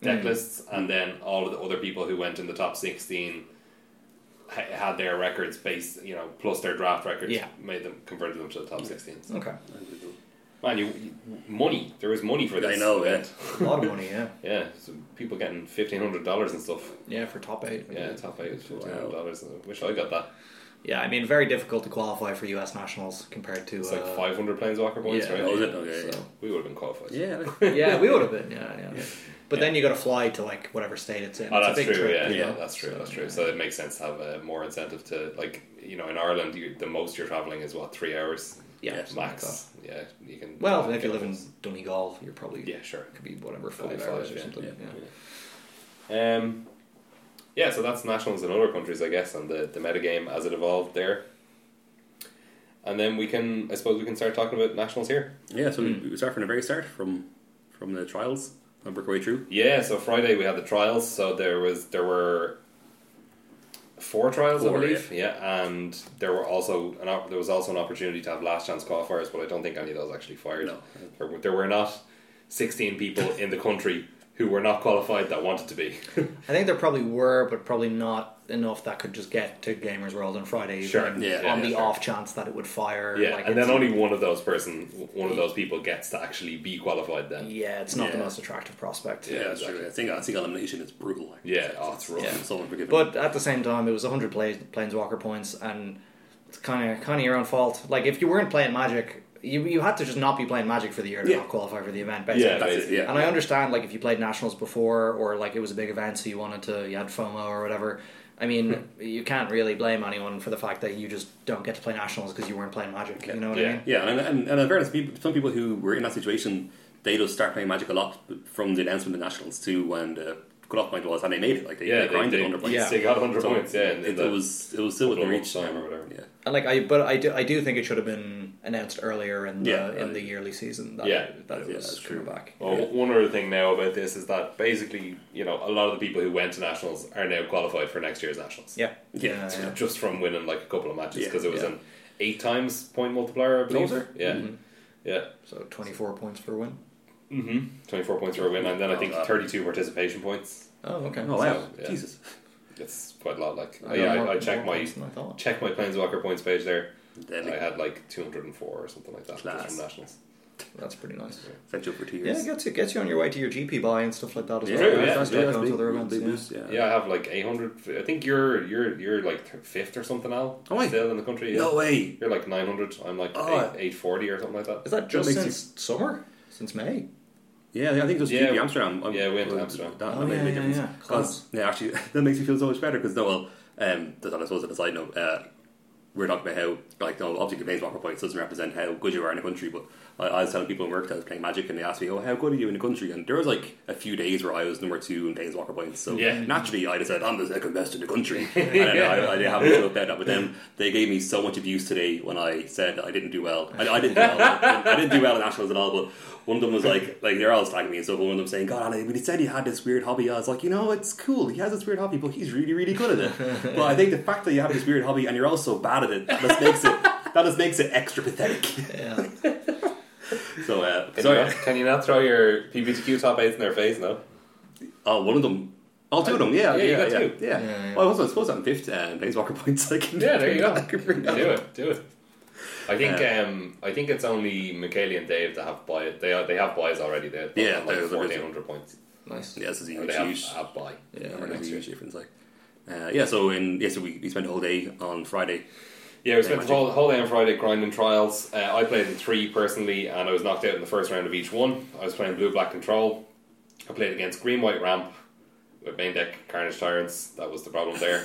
C: Mm.
A: deck lists, and then all of the other people who went in the top sixteen ha- had their records based, you know, plus their draft records,
B: Yeah.
A: made them converted them to the top sixteen. So,
B: Okay.
A: man, you, you money. There was money for this.
C: I know,
A: event.
B: A lot of money, yeah.
A: Yeah, so people getting fifteen hundred dollars and stuff.
B: Yeah, for top eight.
A: Yeah, top eight was fifteen hundred dollars. I wish I got that.
B: Yeah, I mean, very difficult to qualify for US nationals compared to.
A: It's
B: uh,
A: like five hundred planeswalker points,
B: yeah,
A: right?
C: Oh, is it? Okay,
B: so-
A: We would have been qualified.
C: yeah,
B: yeah, we would have been. Yeah, yeah. But then you got to fly to like whatever state it's in.
A: Oh,
B: it's
A: that's
B: a big
A: true.
B: trip,
A: yeah,
B: you
A: yeah,
B: know?
A: that's true.
B: So,
A: that's true.
B: yeah.
A: So it makes sense to have uh, more incentive to like you know in Ireland you, the most you're traveling is what three hours
B: Yeah,
C: Yeah,
B: something like
A: max. Yeah, you can.
B: that. Well,
A: uh,
B: if you
A: get
B: live in
A: those.
B: Donegal, you're probably
A: Yeah, sure.
B: it could be whatever
A: Probably
B: five
A: five,
B: hours or
A: yeah.
B: something.
C: Yeah.
B: Yeah.
A: Um, yeah, so that's nationals in other countries, I guess, and the the metagame as it evolved there. And then we can, I suppose, we can start talking about nationals here.
C: yeah. So
A: Hmm.
C: we, we start from the very start, from from the trials, and work our way through.
A: Yeah, so Friday we had the trials. So there was there were four trials,
C: Four,
A: I believe. Yeah. and there were also an op- there was also an opportunity to have last chance qualifiers, but I don't think any of those actually fired.
C: No.
A: There, were, there were not sixteen people in the country who were not qualified that wanted to be.
B: I think there probably were, but probably not enough that could just get to Gamers World on Friday evening
A: Sure,
C: yeah,
A: yeah,
B: on the
A: sure.
B: off chance that it would fire.
A: yeah,
B: like
A: and
B: it's-
A: then only one of those person, one of those people gets to actually be qualified. Then
B: Yeah, it's not the
C: Yeah.
B: most attractive prospect.
C: Yeah,
A: Yeah,
C: that's
A: exactly.
C: true. I think I think elimination is brutal. Like,
A: Yeah, oh, it's rough.
C: it's unforgiving.
B: But at the same time, it was 100 play, Planeswalker points, and it's kind of kind of your own fault. Like, if you weren't playing Magic, you, you had to just not be playing Magic for the year to
C: Yeah.
B: not qualify for the event, basically.
A: yeah,
C: That's it,
A: basically.
C: yeah.
B: And I understand, like, if you played Nationals before, or, like, it was a big event, so you wanted to, you had FOMO or whatever. I mean,
C: Hmm.
B: you can't really blame anyone for the fact that you just don't get to play Nationals because you weren't playing Magic. You know what
A: Yeah.
B: I mean?
C: Yeah, and, and, and in fairness, people, some people who were in that situation, they just start playing Magic a lot from the announcement of the Nationals to when the cutoff point was, and they made it. Like they,
A: Yeah,
C: they
A: they,
C: grinded
A: they,
C: under points.
A: yeah. they got 100
C: So
A: points, yeah. in- in
C: it,
A: the-
C: it was it was still within
A: Global
C: reach.
A: time or
C: so,
A: whatever.
C: Yeah,
B: And like I, but I do, I do think it should have been announced earlier in the
C: Yeah,
B: in
C: I-
B: the yearly season. That,
A: Yeah.
B: that it
C: Yeah,
B: was
C: that's
B: coming
C: true.
B: back.
A: Well,
C: Yeah.
A: one other thing now about this is that basically, you know, a lot of the people who went to nationals are now qualified for next year's nationals.
B: Yeah,
C: Yeah,
B: yeah.
C: it's
B: yeah.
A: Just from winning like a couple of matches
C: Yeah,
A: because it was
B: yeah.
A: an eight times point multiplier, I believe.
C: Closer?
A: Yeah, yeah,
B: So 24 points for a win.
A: mm-hmm. twenty-four points for a win, and then I think
C: Oh, wow.
A: thirty-two participation points.
B: Oh, okay.
C: Oh wow,
A: Yeah.
C: Jesus.
A: It's quite a lot. Like,
B: I
A: yeah,
B: got Oh, more-
A: I, I checked
B: more
A: my
B: points than I thought.
A: checked my planeswalker points page there.
C: Then
A: and I
C: they
A: had like two hundred and four or something like that just
C: Class.
A: from nationals.
B: That's pretty nice.
C: sent you up for two
B: Yeah,
C: years.
B: it gets you gets you on your way to your GP buy and stuff like that as
C: Yeah,
B: well.
A: True,
B: right?
A: yeah.
B: That's
C: that's-
B: going
C: that's
B: to
C: big-
B: other events,
C: big
B: yeah.
C: boost, yeah.
A: Yeah, I have like eight hundred. I think you're you're you're like th- fifth or something now.
C: Oh, wait.
A: still in the country. Yeah.
C: No way.
A: You're like 900, I'm like
C: Oh.
A: eight 840 or something like that.
B: Is that just
C: makes you-
B: since summer? Since May?
C: Yeah, I think it was
A: Yeah,
C: GP
A: we-
C: Amsterdam. I'm-
A: yeah, we went to
C: uh,
A: Amsterdam.
C: That, that
B: Oh,
C: made a
B: yeah,
C: big
B: yeah,
C: difference.
B: yeah.
C: 'Cause- yeah, actually, that makes me feel so much better because, no, well, um, that's, I suppose, on a side note, uh, we we're talking about how, like, no, obviously, your planeswalker points doesn't represent how good you are in a country, but I, I was telling people in work that I was playing Magic and they asked me, oh, how good are you in the country? And there was, like, a few days where I was number two in planeswalker points, so
A: Yeah.
C: naturally, I decided I'm the second best in the country. and I, I, I didn't have much about that, but then they gave me so much abuse today when I said I didn't do well. I, I didn't do well. I didn't do well at nationals at all. But one of them was like, like they're all slagging me and stuff. But one of them saying, "God, Alan, when he said he had this weird hobby, I was like, you know, it's cool. He has this weird hobby, but he's really, really good at it. but I think the fact that you have this weird hobby and you're also bad at it, that just makes it that just makes it extra pathetic.
B: Yeah.
C: So, uh,
A: Can, you
C: sorry.
A: not, can you not throw your PBTQ top 8s in their face, no?
C: Oh, one of them. All two of them, yeah,
A: Yeah,
C: yeah,
A: you
C: yeah,
A: got
C: yeah,
A: two.
C: yeah.
B: Yeah, yeah.
C: Well, I was I suppose I'm fifth uh, in Planeswalker points. I can
A: Yeah, there you go.
C: I can bring that
A: do
C: up.
A: it, do it. I think um, I think it's only Michaeli and Dave that have buy. They are, they have buys already. They're
C: Yeah,
A: like
C: they're- they're busy.
A: 1400 points.
B: Nice.
C: Yeah, this is a
A: Or
C: huge,
A: they have
C: huge-
A: a buy.
B: Yeah.
A: for
C: Yeah,
A: next year.
C: huge difference. Like, uh, yeah. So in yeah, so we, we spent the whole day on Friday.
A: Yeah, we spent the
C: much.
A: whole, whole day on Friday grinding trials. Uh, I played in three personally, and I was knocked out in the first round of each one. I was playing blue black control. I played against green white ramp with main deck Carnage Tyrants. That was the problem there.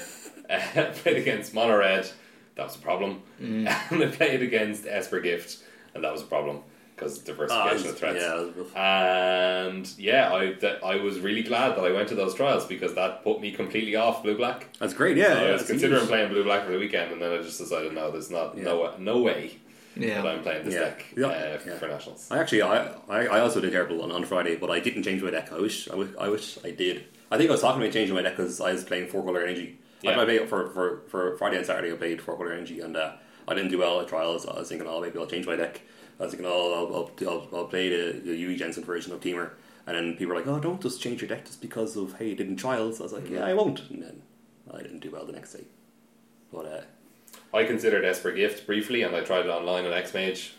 A: uh, I played against mono red. That was a problem. And I played against Esper Gift, and that was a problem because
C: Ah,
A: diversification of
C: yeah,
A: threats.
C: that was rough.
A: And yeah, I that, I was really glad that I went to those trials because that put me completely off blue black.
C: that's great. Yeah,
A: I
C: yeah,
A: was
C: it's
A: considering
C: huge.
A: playing Blue Black for the weekend, and then I just decided no, there's not
C: Yeah.
A: no no way that
B: Yeah.
A: I'm playing this
C: Yeah.
A: deck
C: Yeah.
A: Uh,
C: Yeah.
A: for nationals.
C: I actually, I, I, I also did terrible on, on Friday, but I didn't change my deck. I wish, I wish, I wish I did. I think I was talking about changing my deck because I was playing four color energy.
A: Yeah.
C: I, I played for, for for Friday and Saturday. I played four color energy, and uh, I didn't do well at trials. I was thinking, oh, maybe I'll change my deck. I was thinking, oh, I'll I'll, I'll, I'll play the, the Yui Jensen version of Teamer. And then people were like, oh, don't
A: Mm-hmm.
C: just change your deck just because of hey, you didn't trials. I was like, yeah, I won't. And then I didn't do well the next day. But uh,
A: I considered Esper Gift briefly, and I tried it online on Xmage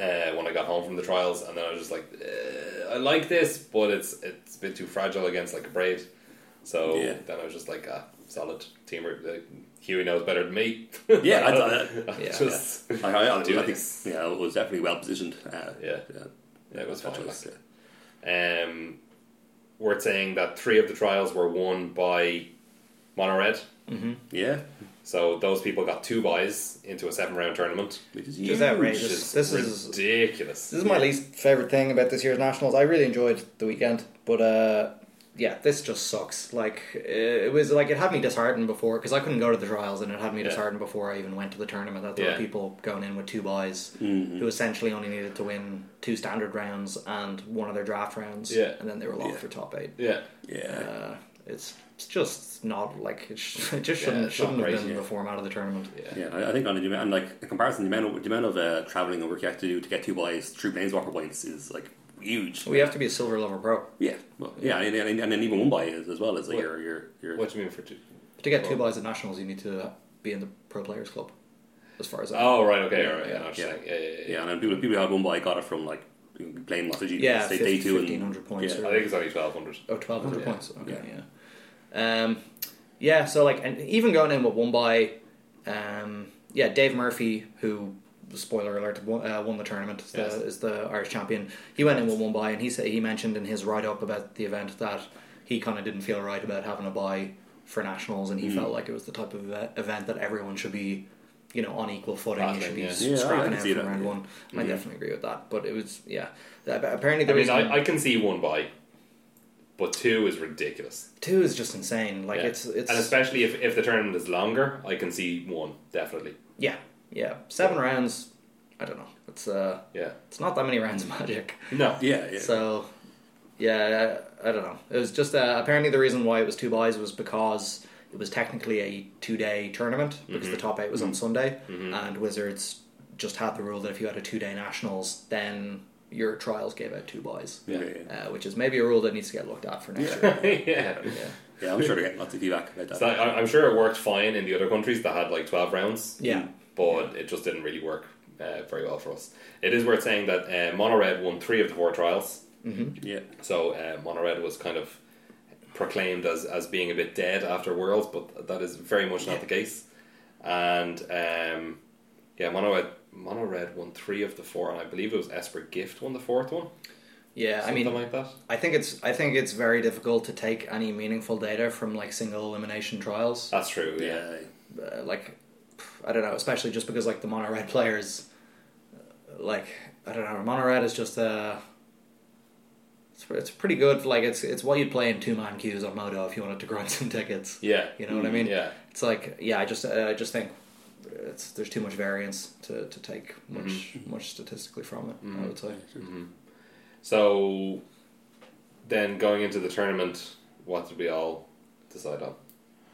A: uh, when I got home from the trials, and then I was just like, eh, I like this, but it's it's a bit too fragile against like a braid. So
C: Yeah.
A: then I was just like, ah, solid teamer. Like, Huey knows better than me.
C: Yeah, I thought that.
A: I
B: Yeah.
A: just
C: I, I, I,
A: Do
C: think
A: this.
C: yeah, it was definitely well positioned. Uh,
A: Yeah.
C: yeah,
A: Yeah, it was
C: that
A: fine, like-
C: uh,
A: um, worth saying that three of the trials were won by Monored.
C: yeah,
A: So those people got two buys into a seven round tournament,
C: which is
B: Just
A: which
C: huge.
B: outrageous.
A: is
B: This is-
A: ridiculous.
B: This is my least favorite thing about this year's nationals. I really enjoyed the weekend, but uh, yeah, this just sucks. Like uh, it was like it had me disheartened before because I couldn't go to the trials, and it had me
A: Yeah.
B: disheartened before I even went to the tournament. That there
A: Yeah. Mm-hmm.
B: were people going in with two buys who essentially only needed to win two standard rounds and one of their draft rounds,
A: Yeah.
B: and then they were locked
C: Yeah.
B: for top eight.
A: yeah,
C: Yeah,
B: Uh, it's it's just not like it, sh- it just
A: Yeah,
B: shouldn't
A: it's not
B: shouldn't have
A: great,
B: been
A: yeah.
B: the format of the tournament.
A: yeah,
C: yeah. I, I think on the amount, and like in comparison, the amount of, the amount of uh, traveling and work you have to do to get two buys, true planeswalker points is like huge.
B: We have to be a silver level pro
C: yeah, well, yeah, and, and, and then even one buy is as well as like
A: What-
C: your your your.
A: What do you mean for two?
B: to get two buys at nationals. You need to be in the pro players club, as far as I know.
A: Oh right, okay, all right.
B: Yeah,
A: Yeah, I was
C: yeah.
A: just saying, yeah, yeah, yeah.
C: yeah, and then people people who had one buy got it from like playing lots of G.
B: Yeah,
C: say
B: 50,
C: day two and
B: 1500 points
C: Yeah,
A: I think it's only twelve hundred.
B: Oh, 1200
A: Yeah.
B: points. Okay, yeah. Um, yeah, so like, and even going in with one by, um, yeah, Dave Murphy, who, spoiler alert, won, uh, won the tournament, is the,
A: Yes.
B: is the Irish champion. He went in with one by, and he said he mentioned in his write up about the event that he kind of didn't feel right about having a buy for nationals, and he
A: Mm.
B: felt like it was the type of ev- event that everyone should be. You know, on equal footing, you
A: Battling,
B: should be
A: yeah. Mm-hmm.
C: Yeah, I
B: scrapping
C: can
B: out
C: see
B: from
C: that,
B: round
C: yeah.
B: one. And I definitely agree with that. But it was, yeah. Apparently,
A: I
B: there was.
A: mean, I, I can see one buy, but two is ridiculous.
B: Two is just insane. Like
A: Yeah.
B: it's it's
A: and especially if, if the tournament is longer, I can see one definitely.
B: yeah yeah seven rounds. I don't know. It's uh
A: Yeah,
B: it's not that many rounds of Magic.
A: no,
C: yeah, yeah.
B: So yeah, I, I don't know. It was just uh, apparently the reason why it was two buys was because it was technically a two day tournament because
A: Mm-hmm.
B: the top eight was on Sunday and Wizards just had the rule that if you had a two day nationals then your trials gave out two buys.
C: yeah, yeah.
B: Uh, which is maybe a rule that needs to get looked at for next year.
A: yeah.
B: Yeah.
C: Yeah, I'm sure they're getting lots of feedback about that.
A: So I, I'm sure it worked fine in the other countries that had like twelve rounds.
B: Yeah.
A: but it just didn't really work uh, very well for us. It is worth saying that uh, Monored won three of the four trials,
C: yeah,
A: so uh, Monored was kind of proclaimed as, as being a bit dead after Worlds, but that is very much not the case. And um, yeah, Monored Monored won three of the four, and I believe it was Esper Gift won the fourth one.
B: Yeah, I
A: Something
B: mean
A: like that.
B: I think it's I think it's very difficult to take any meaningful data from like single elimination trials.
A: That's true. Yeah.
C: yeah,
B: Uh, like I don't know, especially just because like the mono red players, uh, like I don't know, mono red is just uh, it's it's pretty good. Like it's it's what you'd play in two man queues on Modo if you wanted to grind some tickets.
A: Yeah.
B: You know what I mean?
A: Yeah.
B: It's like yeah, I just uh, I just think it's there's too much variance to, to take much much statistically from it. I would say.
A: So then going into the tournament, what did we all decide on?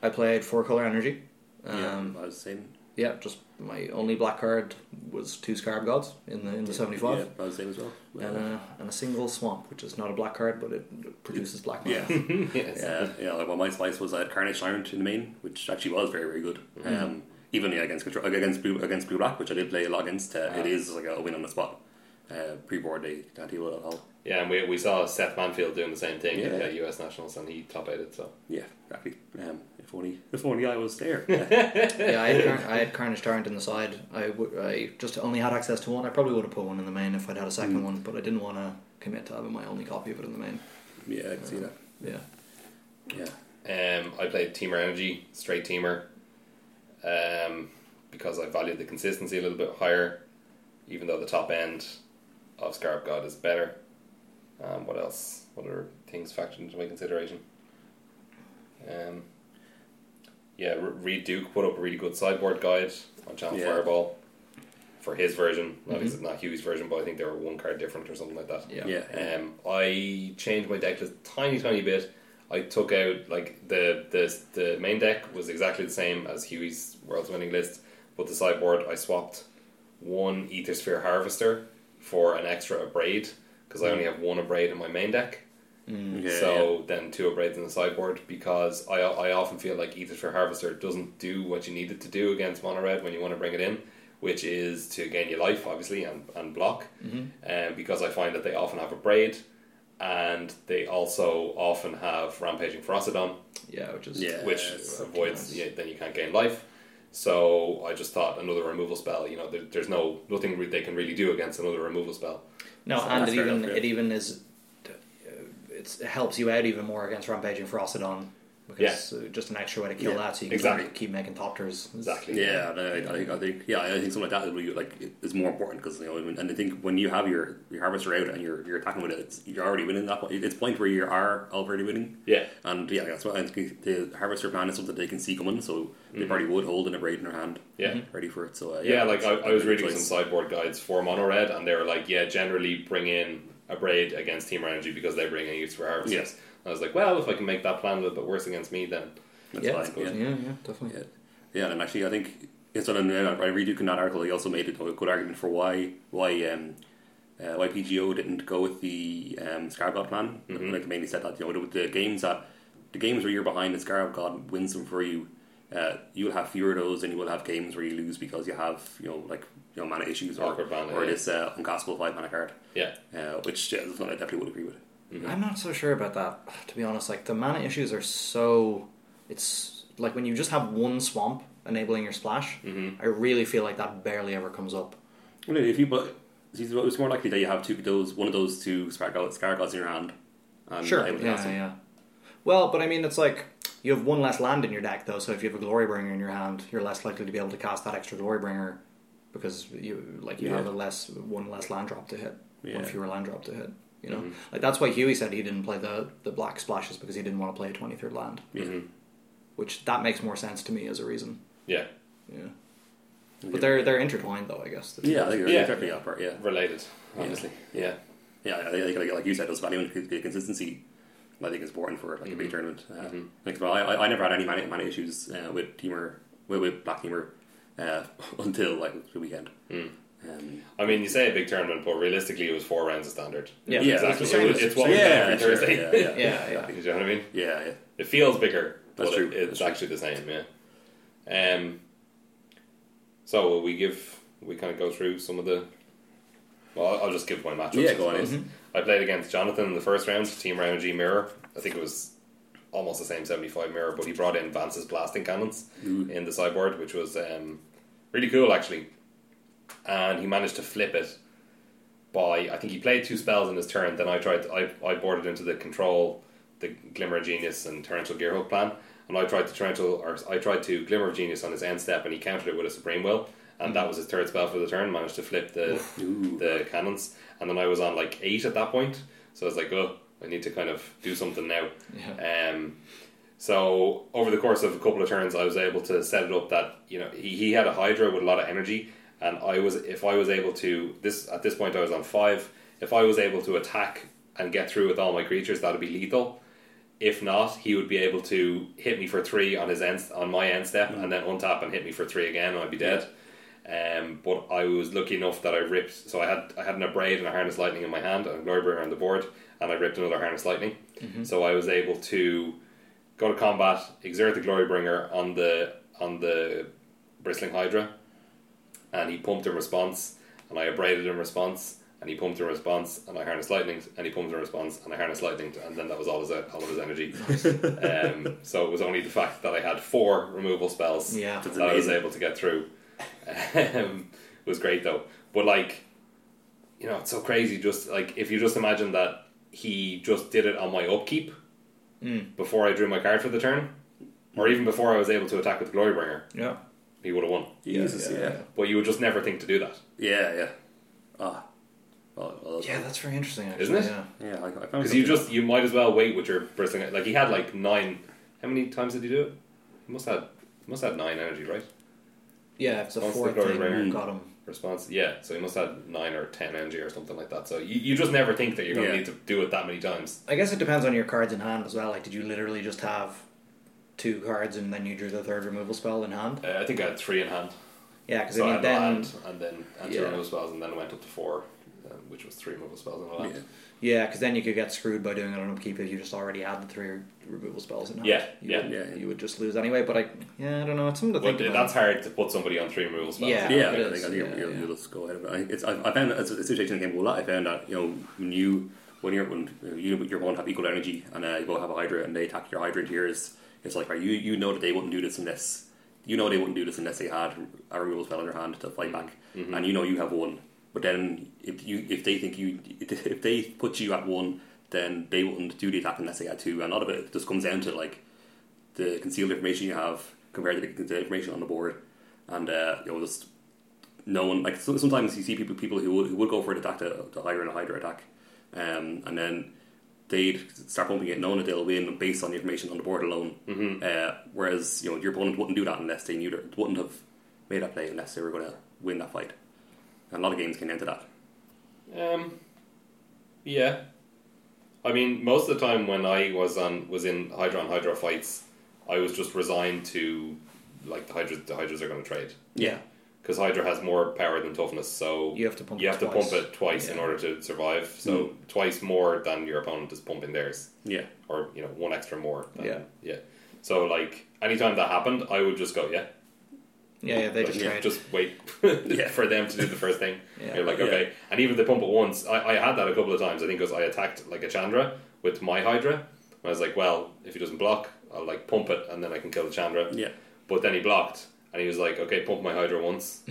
B: I played four color energy.
C: yeah.
B: Um,
C: I was saying.
B: Yeah, just my only black card was two Scarab Gods in the in the seventy
C: Yeah,
B: five,
C: I was saying as well. Well,
B: and, uh, and a single Swamp, which is not a black card, but it produces black mana.
C: yeah.
A: yes.
C: Yeah, yeah. Like, well, my slice was at Carnage Tyrant in the main, which actually was very, very good. Um, even yeah, against control, against blue, against blue black, which I did play a lot against. Uh, It is like a win on the spot. Uh, pre-board, they can't deal with it at all.
A: Yeah, and we, we saw Seth Manfield doing the same thing at
C: Yeah.
A: the US Nationals, and he top aided. So
C: Yeah, exactly. Um, if only, if only I was there. Yeah.
B: Yeah, I had, Carn- I had Carnage Tyrant in the side. I, w- I just only had access to one. I probably would have put one in the main if I'd had a
C: Mm.
B: second one, but I didn't want to commit to having my only copy of it in the main.
C: yeah, I can see that.
B: Yeah,
C: Yeah,
A: um, I played Teamer Energy, straight Teamer, um, because I valued the consistency a little bit higher, even though the top end of Scarab God is better. Um, what else? What other things factored into my consideration? Um, yeah, R- Reed Duke put up a really good sideboard guide on Channel
C: Yeah.
A: Fireball for his version. Not, his, not Huey's version, but I think they were one card different or something like that.
B: yeah,
C: yeah, yeah.
A: Um, I changed my deck just a tiny, tiny bit. I took out like the the the main deck was exactly the same as Huey's World's Winning List, but the sideboard I swapped one Ether Sphere Harvester for an extra abrade because I only have one abrade in my main deck,
C: Yeah,
A: Mm, so then two upgrades in the sideboard because I, I often feel like Ether for Harvester doesn't do what you need it to do against mono red when you want to bring it in, which is to gain your life obviously and, and block.
C: Mm-hmm.
A: Um, because I find that they often have a braid and they also often have rampaging Ferocidon
B: Yeah, which is
C: Yeah.
A: which
C: it's
A: avoids yeah, then you can't gain life. So I just thought another removal spell. You know, there, there's no nothing re- they can really do against another removal spell.
B: No,
C: So
B: and
C: that's
B: it
C: fair
B: even
C: enough, yeah.
B: it even is uh, it's, it helps you out even more against Rampage and Ferocidon because uh, just an extra way to kill
C: Yeah,
B: that, so you can
A: exactly.
B: keep making topters.
A: Exactly.
C: Yeah, and I, I, think- I think yeah, I think something like that is, really, like, is more important because you know, and and I think when you have your, your harvester out and you're, you're attacking with it, it's, you're already winning that point. It's a point where you are already winning,
A: Yeah.
C: and yeah, that's what I think the harvester plan is something they can see coming, so they probably would hold in a braid in their hand,
A: Mm-hmm. Yeah.
B: Mm-hmm.
C: ready for it. So uh,
A: Yeah, like I, I was
C: good
A: reading some
C: choice.
A: sideboard guides for mono red, and they were like, yeah, generally bring in a braid against team energy because they bring in use for harvesters.
C: Yeah.
A: And I was like, well, if I can make that plan a little bit worse against me, then
C: That's
B: Yeah,
C: fine,
B: yeah, yeah, definitely.
C: Yeah, yeah, and actually, I think it's on. uh, I read you in that article. He also made a good argument for why why um, uh, why PGO didn't go with the um, Scarab God plan.
A: Mm-hmm.
C: Like mainly said that you know with the games that the games where you're behind and Scarab God wins them for you. Uh, you'll have fewer of those, and you will have games where you lose because you have you know like you know mana issues or
A: Awkward mana,
C: or
A: yeah.
C: this uh, uncastable five mana card,
A: yeah,
C: uh, which yeah, that's something I definitely would agree with.
B: I'm not so sure about that, to be honest. Like the mana issues are so it's like when you just have one swamp enabling your splash,
C: Mm-hmm.
B: I really feel like that barely ever comes up.
C: Well, if you but it's more likely that you have two those one of those two Scarab God- Scarab Gods in your hand. And
B: Sure.
C: able to cast
B: Yeah,
C: them.
B: yeah. Well, but I mean, it's like you have one less land in your deck, though. So if you have a Glory Bringer in your hand, you're less likely to be able to cast that extra Glory Bringer because you like you
C: Yeah.
B: have a less one less land drop to hit,
C: Yeah. Mm-hmm.
B: one fewer land drop to hit. You know, like that's why Huey said he didn't play the the black splashes because he didn't want to play a twenty third land.
C: Mm-hmm.
B: Which that makes more sense to me as a reason.
A: yeah,
B: Yeah. But they're they're intertwined though, I guess. the two.
C: Yeah, I think
A: Yeah.
C: yeah. definitely up part. Yeah,
A: related, obviously. Yeah,
C: yeah. I think like, like you said, those value and c- consistency. I think is important for like a big tournament. Uh, like, well, I, I I never had any mana, mana issues uh, with teamer with, with black teamer uh, until like the weekend. Um,
A: I mean, you say a big tournament, but realistically, it was four rounds of standard.
B: Yeah.
C: yeah,
A: exactly.
C: that's the same
A: It's-
C: as-
A: it's what we
C: yeah,
A: had every
C: sure,
A: Thursday.
C: Yeah, yeah,
B: Yeah,
C: yeah,
B: yeah.
A: Do you know what I mean?
C: yeah, yeah.
A: It feels bigger.
C: That's
A: but
C: true.
A: It, it's
C: That's true.
A: actually the same. Yeah. Um. So will we give we kind of go through some of the. Well, I'll- I'll just give my matchups.
C: Yeah,
A: I
C: go on, Mm-hmm.
A: suppose. I played against Jonathan in the first round, Team Round G Mirror. I think it was almost the same 75 mirror, but he brought in Vance's blasting cannons in the sideboard, which was um, really cool actually. And he managed to flip it by I think he played two spells in his turn. Then I tried I I boarded into the control, the glimmer of genius and torrential gearhook plan, and I tried to torrential or I tried to glimmer of genius on his end step, and he countered it with a supreme will, and that was his third spell for the turn. Managed to flip the
C: Ooh.
A: the cannons, and then I was on like eight at that point, so I was like, oh, I need to kind of do something now. Um, so over the course of a couple of turns, I was able to set it up that you know he, he had a Hydra with a lot of energy, and I was if I was able to this at this point I was on five. If I was able to attack and get through with all my creatures, that'd be lethal. If not, he would be able to hit me for three on his end on my end step, and then untap and hit me for three again, and I'd be dead. Um, but I was lucky enough that I ripped. So I had I had an abrade and a harness lightning in my hand and a glory bringer on the board, and I ripped another harness lightning. So I was able to go to combat, exert the glory bringer on the on the bristling hydra, and he pumped in response, and I abraded in response, and he pumped in response, and I harnessed lightning, and he pumped in response, and I harnessed lightning, and then that was all his all of his energy. um, so it was only the fact that I had four removal spells
B: Yeah.
A: that
B: That's
A: I was
C: amazing.
A: able to get through. Um, it was great though, but like you know, it's so crazy. Just like if you just imagine that he just did it on my upkeep before I drew my card for the turn, or even before I was able to attack with Glorybringer,
B: Yeah.
A: he would have won.
C: Jesus, yeah,
B: yeah,
C: yeah,
B: yeah.
A: But you would just never think to do that
C: yeah. Ah, well, well,
B: Yeah, that's very interesting, actually.
A: Isn't it?
B: Yeah.
C: yeah. I, I found
A: because you
C: something-
A: just you might as well wait with your bristling. Like he had like nine. How many times did he do it? He must have he must have nine energy, right?
B: Yeah, if the
A: Once the
B: fourth
A: Glory
B: thing
A: Bringer-
B: got him.
A: Response, yeah. So he must have nine or ten energy or something like that. So you, you just never think that you're going to
C: Yeah.
A: need to do it that many times.
B: I guess it depends on your cards in hand as well. Like, did you literally just have two cards and then you drew the third removal spell in hand?
A: Uh, I think I had three in hand.
B: Yeah, because
A: So I
B: I mean,
A: had
B: then
A: land and then and two
B: Yeah.
A: removal spells, and then I went up to four, um, which was three removal spells and a land.
B: Yeah, because then you could get screwed by doing it on upkeep if you just already had the three removal spells in hand.
A: Yeah,
B: you
A: yeah.
B: would,
C: Yeah.
B: You would just lose anyway. But I, yeah, I don't know. It's something to
A: But
B: think
A: th-
B: about.
A: that's hard to put somebody on three removal spells.
B: Yeah.
C: yeah, I
B: it
C: think, I
B: is.
C: think
B: Yeah,
C: you'll, you'll,
B: yeah.
C: you'll just go ahead of it. I, it's, I, I found it's, it's interesting in the game a lot. I found that you know when you when you're when you you won't have equal energy and uh, you both have a Hydra and they attack your Hydra in tiers. It's like right, you you know that they wouldn't do this unless you know they wouldn't do this unless they had a removal spell in their hand to
B: Mm-hmm.
C: fight back, and you know you have one. But then if you if they think you if they put you at one, then they wouldn't do the attack unless they had two. And a lot of it just comes down to like the concealed information you have compared to the, the information on the board, and uh, you know just no one like so, sometimes you see people people who would, who would go for an attack to, to hydra and a hydra attack, um, and then they'd start pumping it, knowing that they'll win based on the information on the board alone. Mm-hmm. Uh, whereas you know your opponent wouldn't do that unless they knew that wouldn't have made that play unless they were going to win that fight. And a lot of games came down to that.
A: Um, yeah. I mean, most of the time when I was on was in Hydra and Hydra fights, I was just resigned to like the Hydras. The Hydras are going to trade
C: Yeah,
A: because Hydra has more power than toughness, so
B: You have to pump
A: you
B: it
A: have to
B: twice.
A: pump it twice in
B: Yeah. Mm.
A: order to survive. So twice more than your opponent is pumping theirs,
C: yeah,
A: or you know one extra more. than-
B: Yeah.
A: yeah. So like anytime that happened, I would just go yeah,
B: yeah, yeah. They
A: like,
B: just
A: yeah,
B: trade.
A: just wait
C: Yeah.
A: for them to do the first thing.
B: Yeah.
A: You're like,
C: Yeah.
A: okay. And even if they pump it once, I, I had that a couple of times, I think, because I attacked like a Chandra with my Hydra. And I was like, well, if he doesn't block, I'll like pump it and then I can kill the Chandra.
C: yeah.
A: But then he blocked and he was like, okay, pump my Hydra once.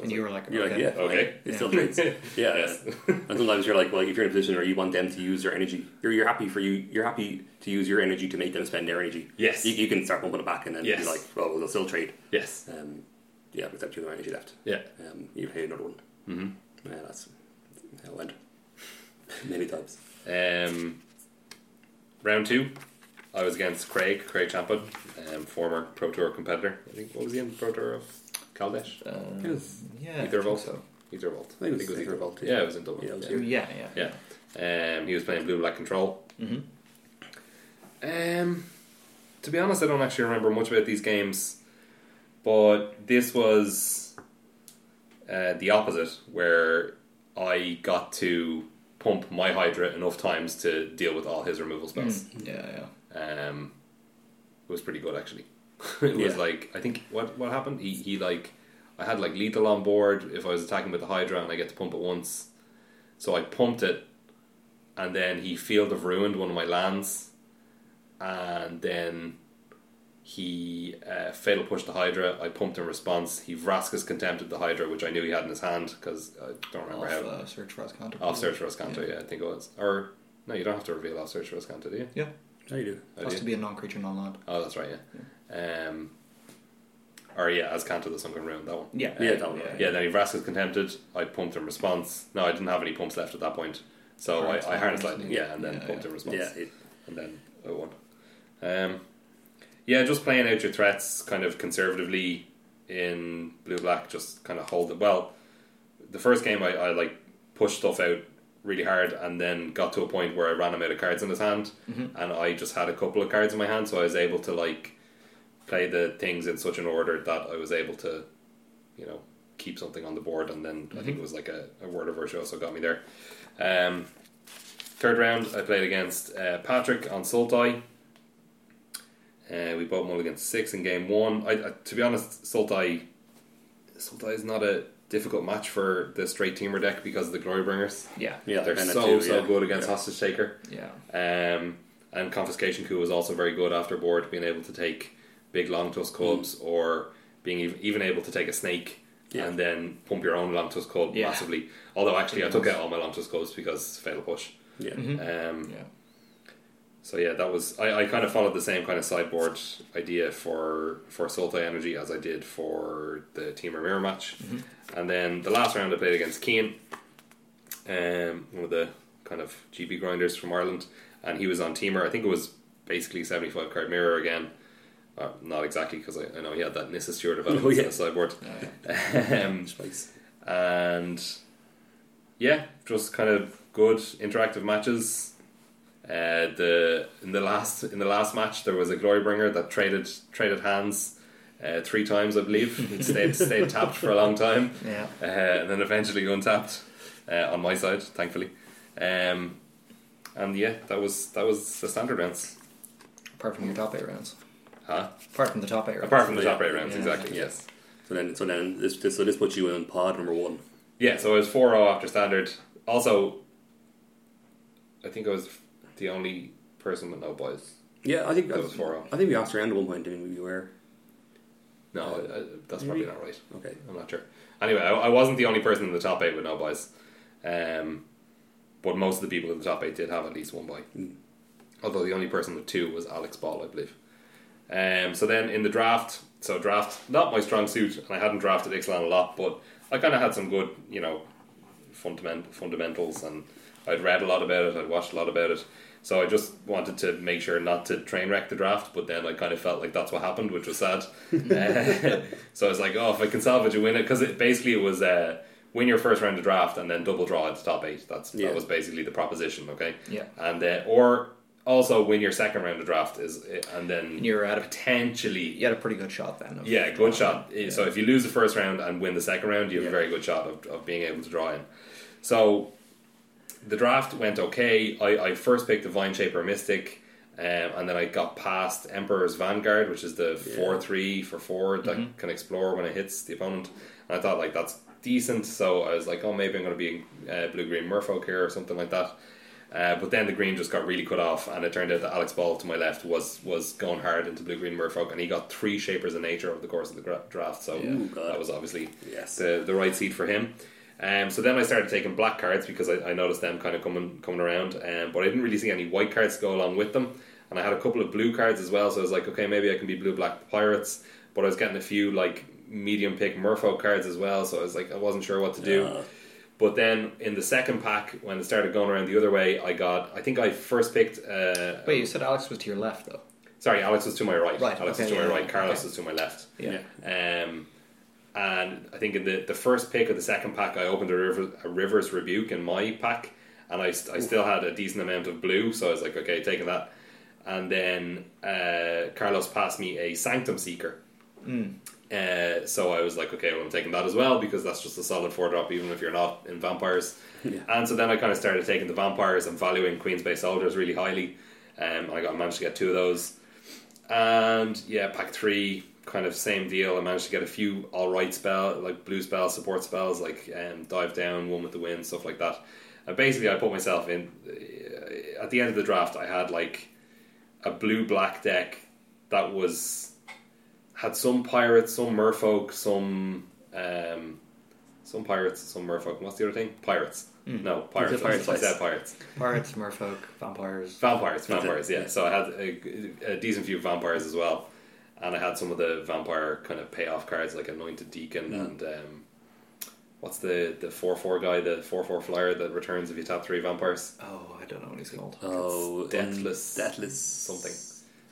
B: and you were like,
C: You're
B: okay.
C: like, yeah,
A: Okay.
C: okay. It still trades. Yeah.
A: Yes.
C: And sometimes you're like, well, if you're in a position where you want them to use their energy, you're, you're happy for you, you're happy to use your energy to make them spend their energy.
A: Yes.
C: You, you can start pumping it back and then
A: Yes.
C: be like, well, they'll still trade.
A: yes.
C: Um, yeah, except you have no energy left.
A: Yeah.
C: Um, you pay another one. Mm-hmm. Yeah, that's how it went. Many times.
A: Um, round two, I was against Craig, Craig Champion, um, former Pro Tour competitor. I think, what was he in Pro Tour of? Caldesh?
B: Um,
C: It was-
B: yeah.
A: Ether
B: I think
A: Vault?
B: so.
A: Ether Vault.
C: I think it was Ether Vault, yeah.
A: Yeah, it was in Dublin.
C: Yeah, it was
B: Yeah, yeah.
A: Yeah. Um, he was playing Blue Black Control. Mm-hmm. Um, to be honest, I don't actually remember much about these games, but this was uh, the opposite, where I got to pump my Hydra enough times to deal with all his removal
C: Mm.
A: spells.
B: Mm, Yeah, yeah.
A: Um, it was pretty good actually. it was
C: Yeah.
A: like I think what what happened. He he like I had like lethal on board if I was attacking with the Hydra and I get to pump it once, so I pumped it, and then he field of ruined one of my lands, and then he uh, fatal pushed the Hydra. I pumped in response. He Vraskus contempted the Hydra, which I knew he had in his hand because I don't remember
B: Off,
A: how.
B: uh, search for us contact.
A: off search for Ascanto, yeah. I think it was. Or no, you don't have to reveal off search for Ascanto, do you?
B: Yeah.
C: How you do?
A: Oh, do
B: Has
A: you?
B: to be a non-creature, non-land.
A: Oh, that's right, yeah. Um, or yeah, as Canto the Sunken Ruin, that one.
B: Yeah.
C: Yeah, that one.
B: Yeah.
A: Yeah, then he Vraska's Contempted. I pumped in response. No, I didn't have any pumps left at that point. So
B: Harness
A: I, I harnessed
B: lightning.
A: lightning, yeah, and then
B: Yeah,
A: pumped
B: yeah.
A: in response.
C: Yeah, it,
A: And then I won. Um, yeah, just playing out your threats kind of conservatively in blue black, just kind of hold it. Well, the first game I, I like pushed stuff out really hard and then got to a point where I ran him out of cards in his hand and I just had a couple of cards in my hand, so I was able to like play the things in such an order that I was able to, you know, keep something on the board and then I think it was like a, a word of virtuoso got me there. Um, third round I played against uh, Patrick on Sultai. Uh, we both won against six in game one. I, I to be honest, Sultai Sultai is not a difficult match for the straight teamer deck because of the glory bringers.
B: Yeah.
C: yeah,
A: They're
C: and it
A: so
C: too,
A: so
C: yeah.
A: good against
C: Yeah.
A: hostage taker.
B: Yeah.
A: Um, and confiscation coup was also very good after board, being able to take big long tusk
C: Mm-hmm.
A: cubs or being ev- even able to take a snake
C: Yeah.
A: and then pump your own long tusk cub
B: Yeah.
A: massively. Although actually, I took out all my long tusk cubs because fatal push.
C: Yeah. Mm-hmm.
A: Um,
B: Mm-hmm. Yeah.
A: so yeah, that was I, I kind of followed the same kind of sideboard idea for for Sultai Energy as I did for the Teamer Mirror match, and then the last round I played against Keane, um, one of the kind of GB grinders from Ireland, and he was on Teamer. I think it was basically seventy five card Mirror again, uh, not exactly because I, I know he had that Nissa Stewart development
C: yeah.
A: in the sideboard,
B: Yeah.
A: um,
C: Space.
A: and yeah, just kind of good interactive matches. Uh, the in the last in the last match there was a glory bringer that traded traded hands uh, three times I believe. It stayed stayed tapped for a long time.
B: Yeah.
A: Uh, and then eventually untapped uh, on my side, thankfully. Um, And yeah, that was that was the standard rounds.
B: Apart from your top eight rounds.
A: Huh?
B: Apart from the top eight rounds.
A: Apart from the
C: Yeah.
A: top eight rounds,
B: Yeah.
A: exactly. Yes.
C: So then, so then, this, this, so this puts you in pod number one.
A: Yeah, so I was 4 0 after standard. Also, I think I was the only person with no boys.
C: Yeah, I think
A: That was oh. 4
C: I think we asked around at one point, didn't we? Where?
A: No, I, I, that's probably not right.
C: Okay.
A: I'm not sure. Anyway, I, I wasn't the only person in the top eight with no boys. Um, but most of the people in the top eight did have at least one boy. Although the only person with two was Alex Ball, I believe. Um, so then in the draft, so draft, not my strong suit, and I hadn't drafted Ixalan a lot, but I kind of had some good, you know, fundament, fundamentals, and I'd read a lot about it, I'd watched a lot about it. So I just wanted to make sure not to train wreck the draft, but then I kind of felt like that's what happened, which was sad. Uh, so I was like, oh, if I can salvage a win it, because it basically it was uh, win your first round of draft and then double draw at the top eight. That's
C: Yeah.
A: that was basically the proposition, okay?
B: Yeah.
A: And uh, or also win your second round of draft is and then
B: You're out of
A: potentially
B: You had a pretty good shot then. of-
A: yeah, good shot. So if you lose the first round and win the second round, you have a very good shot of, of being able to draw in. So the draft went okay. I, I first picked the Vine Shaper Mystic, um, and then I got past Emperor's Vanguard, which is the four three for four that can explore when it hits the opponent. And I thought like that's decent. So I was like, oh, maybe I'm going to be uh, blue green Merfolk here or something like that. Uh, but then the green just got really cut off, and it turned out that Alex Ball to my left was was going hard into blue green Merfolk, and he got three shapers in nature over the course of the gra- draft. So
C: Ooh, God.
A: that was obviously
C: Yes.
A: the, the right seat for him. Um, so then I started taking black cards because I, I noticed them kind of coming coming around, um, but I didn't really see any white cards to go along with them. And I had a couple of blue cards as well, so I was like, okay, maybe I can be blue black pirates. But I was getting a few like medium pick Murpho cards as well, so I was like, I wasn't sure what to do.
C: Uh,
A: But then in the second pack, when it started going around the other way, I got. I think I first picked. Uh,
B: Wait, you said Alex was to your left though.
A: sorry, Alex was to my right.
B: Right,
A: Alex
B: okay,
A: was to
B: yeah,
A: my right.
B: yeah,
A: Carlos
B: okay.
A: was to my left.
B: Yeah.
C: Yeah.
A: Um, and I think in the, the first pick of the second pack, I opened a, river, a Rivers Rebuke in my pack, and I, st- I still had a decent amount of blue, so I was like, okay, taking that. And then uh, Carlos passed me a Sanctum Seeker.
B: Hmm.
A: Uh, so I was like, okay, well, I'm taking that as well because that's just a solid four drop, even if you're not in vampires. And so then I kind of started taking the vampires and valuing Queen's Bay Soldiers really highly. Um, and I got managed to get two of those. And yeah, pack three, kind of same deal. I managed to get a few all right spell, like blue spells, support spells, like um, dive down, one with the wind, stuff like that. And basically, I put myself in. uh, At the end of the draft, I had like a blue black deck that was had some pirates, some merfolk, some um, some pirates, some merfolk. What's the other thing? Pirates. No, pirates.
C: pirates
A: I said
C: twice.
A: pirates.
B: Pirates, merfolk, vampires.
A: Vampires,
C: That's it.
A: vampires, yeah. So I had a, a decent few vampires as well, and I had some of the vampire kind of payoff cards like Anointed Deacon and um, what's the the four four guy, the four four flyer that returns if you tap three vampires.
B: Oh, I don't know what he's called.
C: oh,
A: It's Deathless-
C: um, Deathless Mm-hmm.
A: something.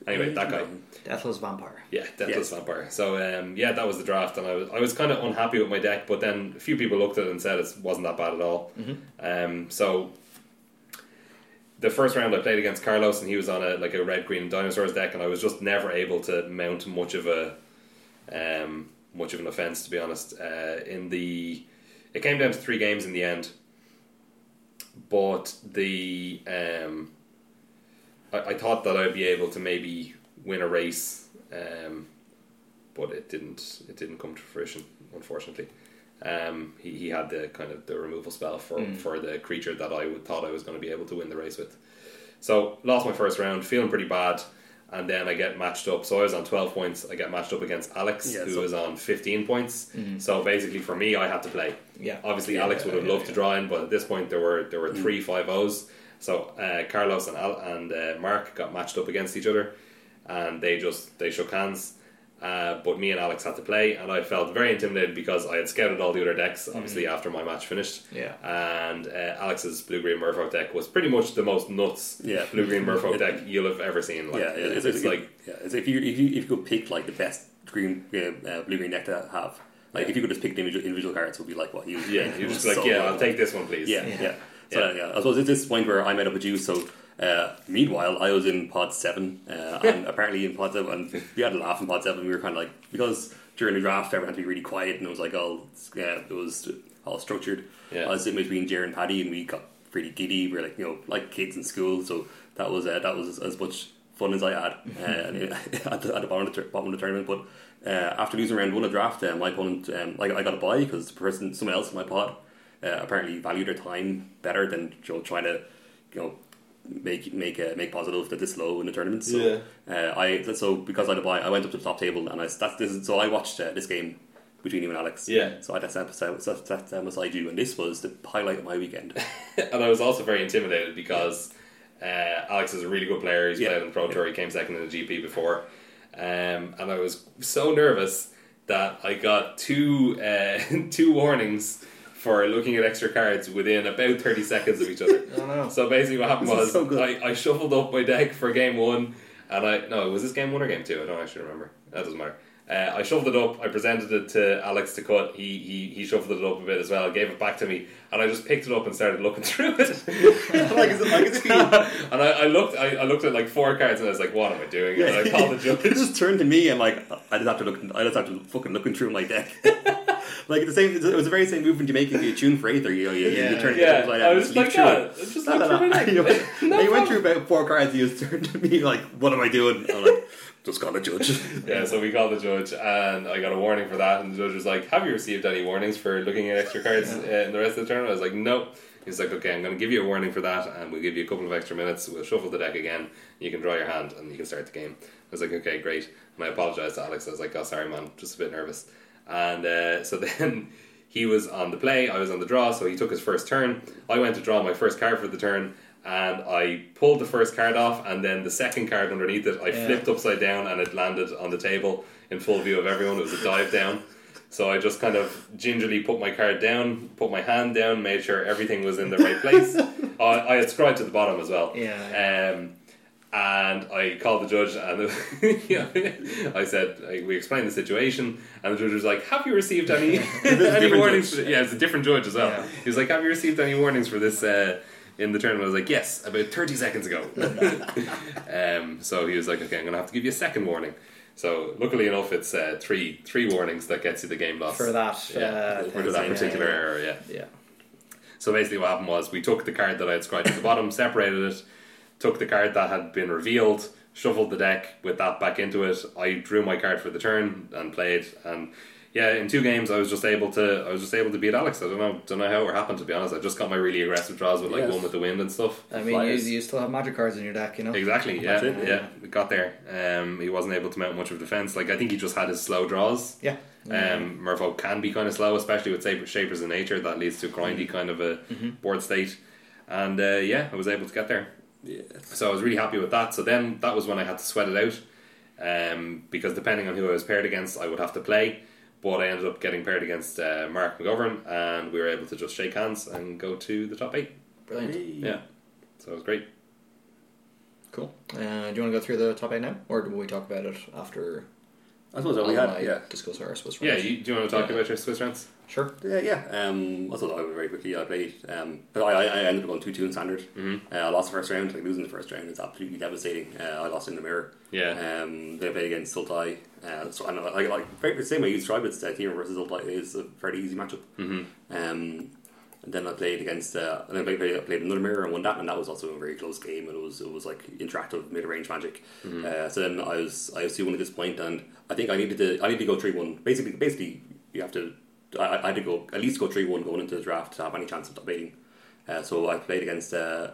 A: Anyway, that guy.
B: Deathless vampire.
A: Yeah, Deathless
C: Yes.
A: Vampire. So um, yeah, that was the draft, and I was I was kind of unhappy with my deck, but then a few people looked at it and said it wasn't that bad at all. Um, so the first round I played against Carlos, and he was on a like a red green dinosaurs deck, and I was just never able to mount much of a um, much of an offense, to be honest. Uh, in the it came down to three games in the end, but the um, I, I thought that I'd be able to maybe win a race, um, but it didn't. It didn't come to fruition, unfortunately. Um, he, he had the kind of the removal spell for,
C: Mm.
A: for the creature that I would, thought I was going to be able to win the race with. So lost my first round, feeling pretty bad, and then I get matched up. So I was on twelve points. I get matched up against Alex,
C: Yeah,
A: who
C: so- Mm.
A: was on fifteen points. So basically, for me, I had to play.
B: Yeah.
A: Obviously,
B: Yeah,
A: Alex would have
B: yeah,
A: loved
B: yeah.
A: to draw in, but at this point, there were there were three five O's. So uh, Carlos and Al- and uh, Mark got matched up against each other, and they just they shook hands. Uh, but me and Alex had to play, and I felt very intimidated because I had scouted all the other decks. Obviously, after my match finished,
B: Yeah.
A: And uh, Alex's blue green Murfolk deck was pretty much the most nuts
C: Yeah.
A: blue green Murfolk deck you'll have ever seen. Like,
C: yeah, it-
A: it's,
C: it's,
A: it's like
C: yeah, it's if you if you if you could pick like the best green uh, uh, blue green deck to have, like if you could just pick the individual, individual cards, it would be like what you
A: yeah, you're just like yeah, I'll take this one, please.
C: yeah
B: Yeah.
C: yeah. So
A: Yeah.
C: yeah. I suppose it's this point where I met up with you. So uh, meanwhile, I was in pod seven, uh, and apparently in pod seven, and we had a laugh in pod seven. We were kind of like because during the draft, everyone had to be really quiet, and it uh, was like all yeah, it was all structured.
A: Yeah.
C: I was sitting between Jer and Paddy, and we got really giddy. We are like you know like kids in school, so that was uh, that was as much fun as I had uh, and, uh, at, the, at the bottom of the, tur- bottom of the tournament. But uh, after losing round one of draft, um, my opponent um, I, I got a buy because the person someone else in my pod uh, apparently valued their time better than you know, trying to you know make make uh, make positive that this low in the tournament. So
A: Yeah.
C: uh, I so because I had a buy, I went up to the top table and I that's this is, so I watched uh, this game between you and Alex.
A: Yeah.
C: So I that's episode so that's how much I do, and this was the highlight of my weekend.
A: and I was also very intimidated because uh, Alex is a really good player. He's
C: Yeah.
A: played on the Pro Tour. He came second in the GP before, um, and I was so nervous that I got two uh, two warnings for looking at extra cards within about thirty seconds of each other.
B: Oh, no.
A: So basically, what happened
C: This is
A: was
C: so good.
A: I, I shuffled up my deck for game one, and I no, was this game one or game two? I don't actually remember. That doesn't matter. Uh, I shuffled it up. I presented it to Alex to cut. He, he he shuffled it up a bit as well. Gave it back to me, and I just picked it up and started looking through it.
C: like is it like is it
A: and I, I looked I, I looked at like four cards, and I was like, "What am I doing?"
C: Yeah.
A: And I called the judge.
C: It just turned to me and like I just have to look. I just have to fucking looking through my deck. like the same. It was the very same movement you make in tune for Aether. You know, you, you
B: Yeah.
C: turn
A: Yeah,
C: it like that.
A: I
C: and
A: was
C: just
A: just
C: leaf
A: like, "Yeah,
C: through it.
A: just
C: No,
A: look
C: no,
A: through my
C: no.
A: neck."
C: You know,
A: No
C: you
A: problem.
C: went through about four cards. and You just turned to me like, "What am I doing?" I'm like, "Just gotta judge."
A: Yeah, so we called the judge, and I got a warning for that. And the judge was like, "Have you received any warnings for looking at extra cards uh, in the rest of the tournament?" I was like, "No." He's like, "Okay, I'm going to give you a warning for that, and we'll give you a couple of extra minutes. We'll shuffle the deck again. You can draw your hand, and you can start the game." I was like, "Okay, great." And I apologized to Alex. I was like, "Oh, sorry, man, just a bit nervous." And uh, so then he was on the play, I was on the draw, so he took his first turn. I went to draw my first card for the turn, and I pulled the first card off, and then the second card underneath it, I
B: Yeah.
A: flipped upside down, and it landed on the table in full view of everyone. It was a dive down. So I just kind of gingerly put my card down, put my hand down, made sure everything was in the right place. I, I ascribed to the bottom as well.
B: Yeah.
A: Um, and I called the judge and I said I, we explained the situation and the judge was like have you received any any
C: different
A: warnings
C: judge.
A: for- yeah it's a different judge as well
B: Yeah.
A: he was like have you received any warnings for this uh, in the tournament I was like yes about 30 seconds ago um, so he was like okay I'm gonna have to give you a second warning so luckily enough it's uh, three three warnings that gets you the game loss
B: for that.
A: yeah,
B: uh,
A: for
B: thing,
A: that
B: yeah,
A: particular
B: yeah.
A: error yeah
B: Yeah.
A: so basically, what happened was we took the card that I had scribed at the bottom, separated it, took the card that had been revealed, shuffled the deck with that back into it. I drew my card for the turn and played. And yeah, in two games, I was just able to I was just able to beat Alex. I don't know don't know how it happened to be honest. I just got my really aggressive draws with like
C: Yes.
A: one with the wind and stuff.
B: I mean, you,
C: Flyers.
B: you still have magic cards in your deck, you know.
A: Exactly. Yeah,
C: That's it.
A: yeah. We got there. Um, he wasn't able to mount much of defense. Like I think he just had his slow draws.
B: Yeah. Mm,
A: Um, Merfolk can be kind of slow, especially with saber- Shapers of Nature. That leads to a grindy kind of a board state. And uh, yeah, I was able to get there.
C: Yeah.
A: So I was really happy with that. So then that was when I had to sweat it out. Um, because depending on who I was paired against, I would have to play. But I ended up getting paired against uh, Mark McGovern, and we were able to just shake hands and go to the top eight.
B: Brilliant.
A: Yeah. So it was great.
B: Cool. Uh, do you want to go through the top eight now, or do we talk about it after?
C: I suppose that we
B: Alan
C: had
B: and I
C: yeah.
B: Discuss our Swiss
A: Yeah,
B: rounds?
A: you, do you want to talk
B: Yeah.
A: about your Swiss rants?
B: Sure.
C: Yeah, yeah. Um, I thought I would very quickly. I played, um, but I, I I ended up going two two in standard. Mm-hmm. Uh, I lost the first round. Like losing the first round is absolutely devastating. Uh, I lost in the mirror.
A: Yeah.
C: Um, they played against Sultai. Uh, so I know, like, like very, the same way you described it, uh, Kieran versus Sultai is a fairly easy matchup. Mm-hmm. Um, and then I played against, uh, and then I played, played, played another mirror and won that, and that was also a very close game, and it was it was like interactive mid range magic. Uh, so then I was I was two one at this point, and I think I needed to I needed to go three one. Basically, basically you have to I, I- I had to go at least go three one going into the draft to have any chance of top eighting. Uh, so I played against. Uh,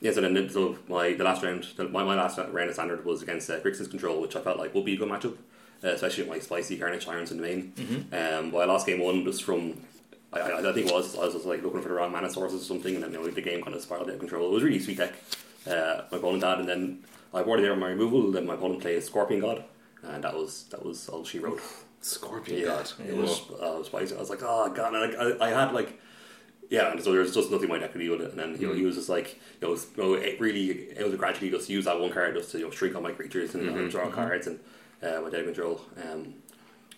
C: yeah, so then so my the last round, the, my, my last round of standard was against uh, Grixis Control, which I felt like would be a good matchup, uh, especially with my spicy Carnage Irons in the main. Um, but I lost game one just from, I, I, I think it was I was just, like looking for the wrong mana sources or something, and then you know, the game kind of spiraled out of control. It was a really sweet deck. Uh, my opponent had, and then I boarded there on my removal. Then my opponent played Scorpion God, and that was that was all she wrote.
A: Scorpion
C: Yeah,
A: God.
C: it was uh, spicy. I was like, oh god, and I, I, I had like, yeah. And so there's just nothing my deck could deal with it. And then you know, he was just like, you know, s- you know, it really, it was gradually just use that one card just to you know shrink all my creatures and uh, draw cards and uh, my deck control. Um,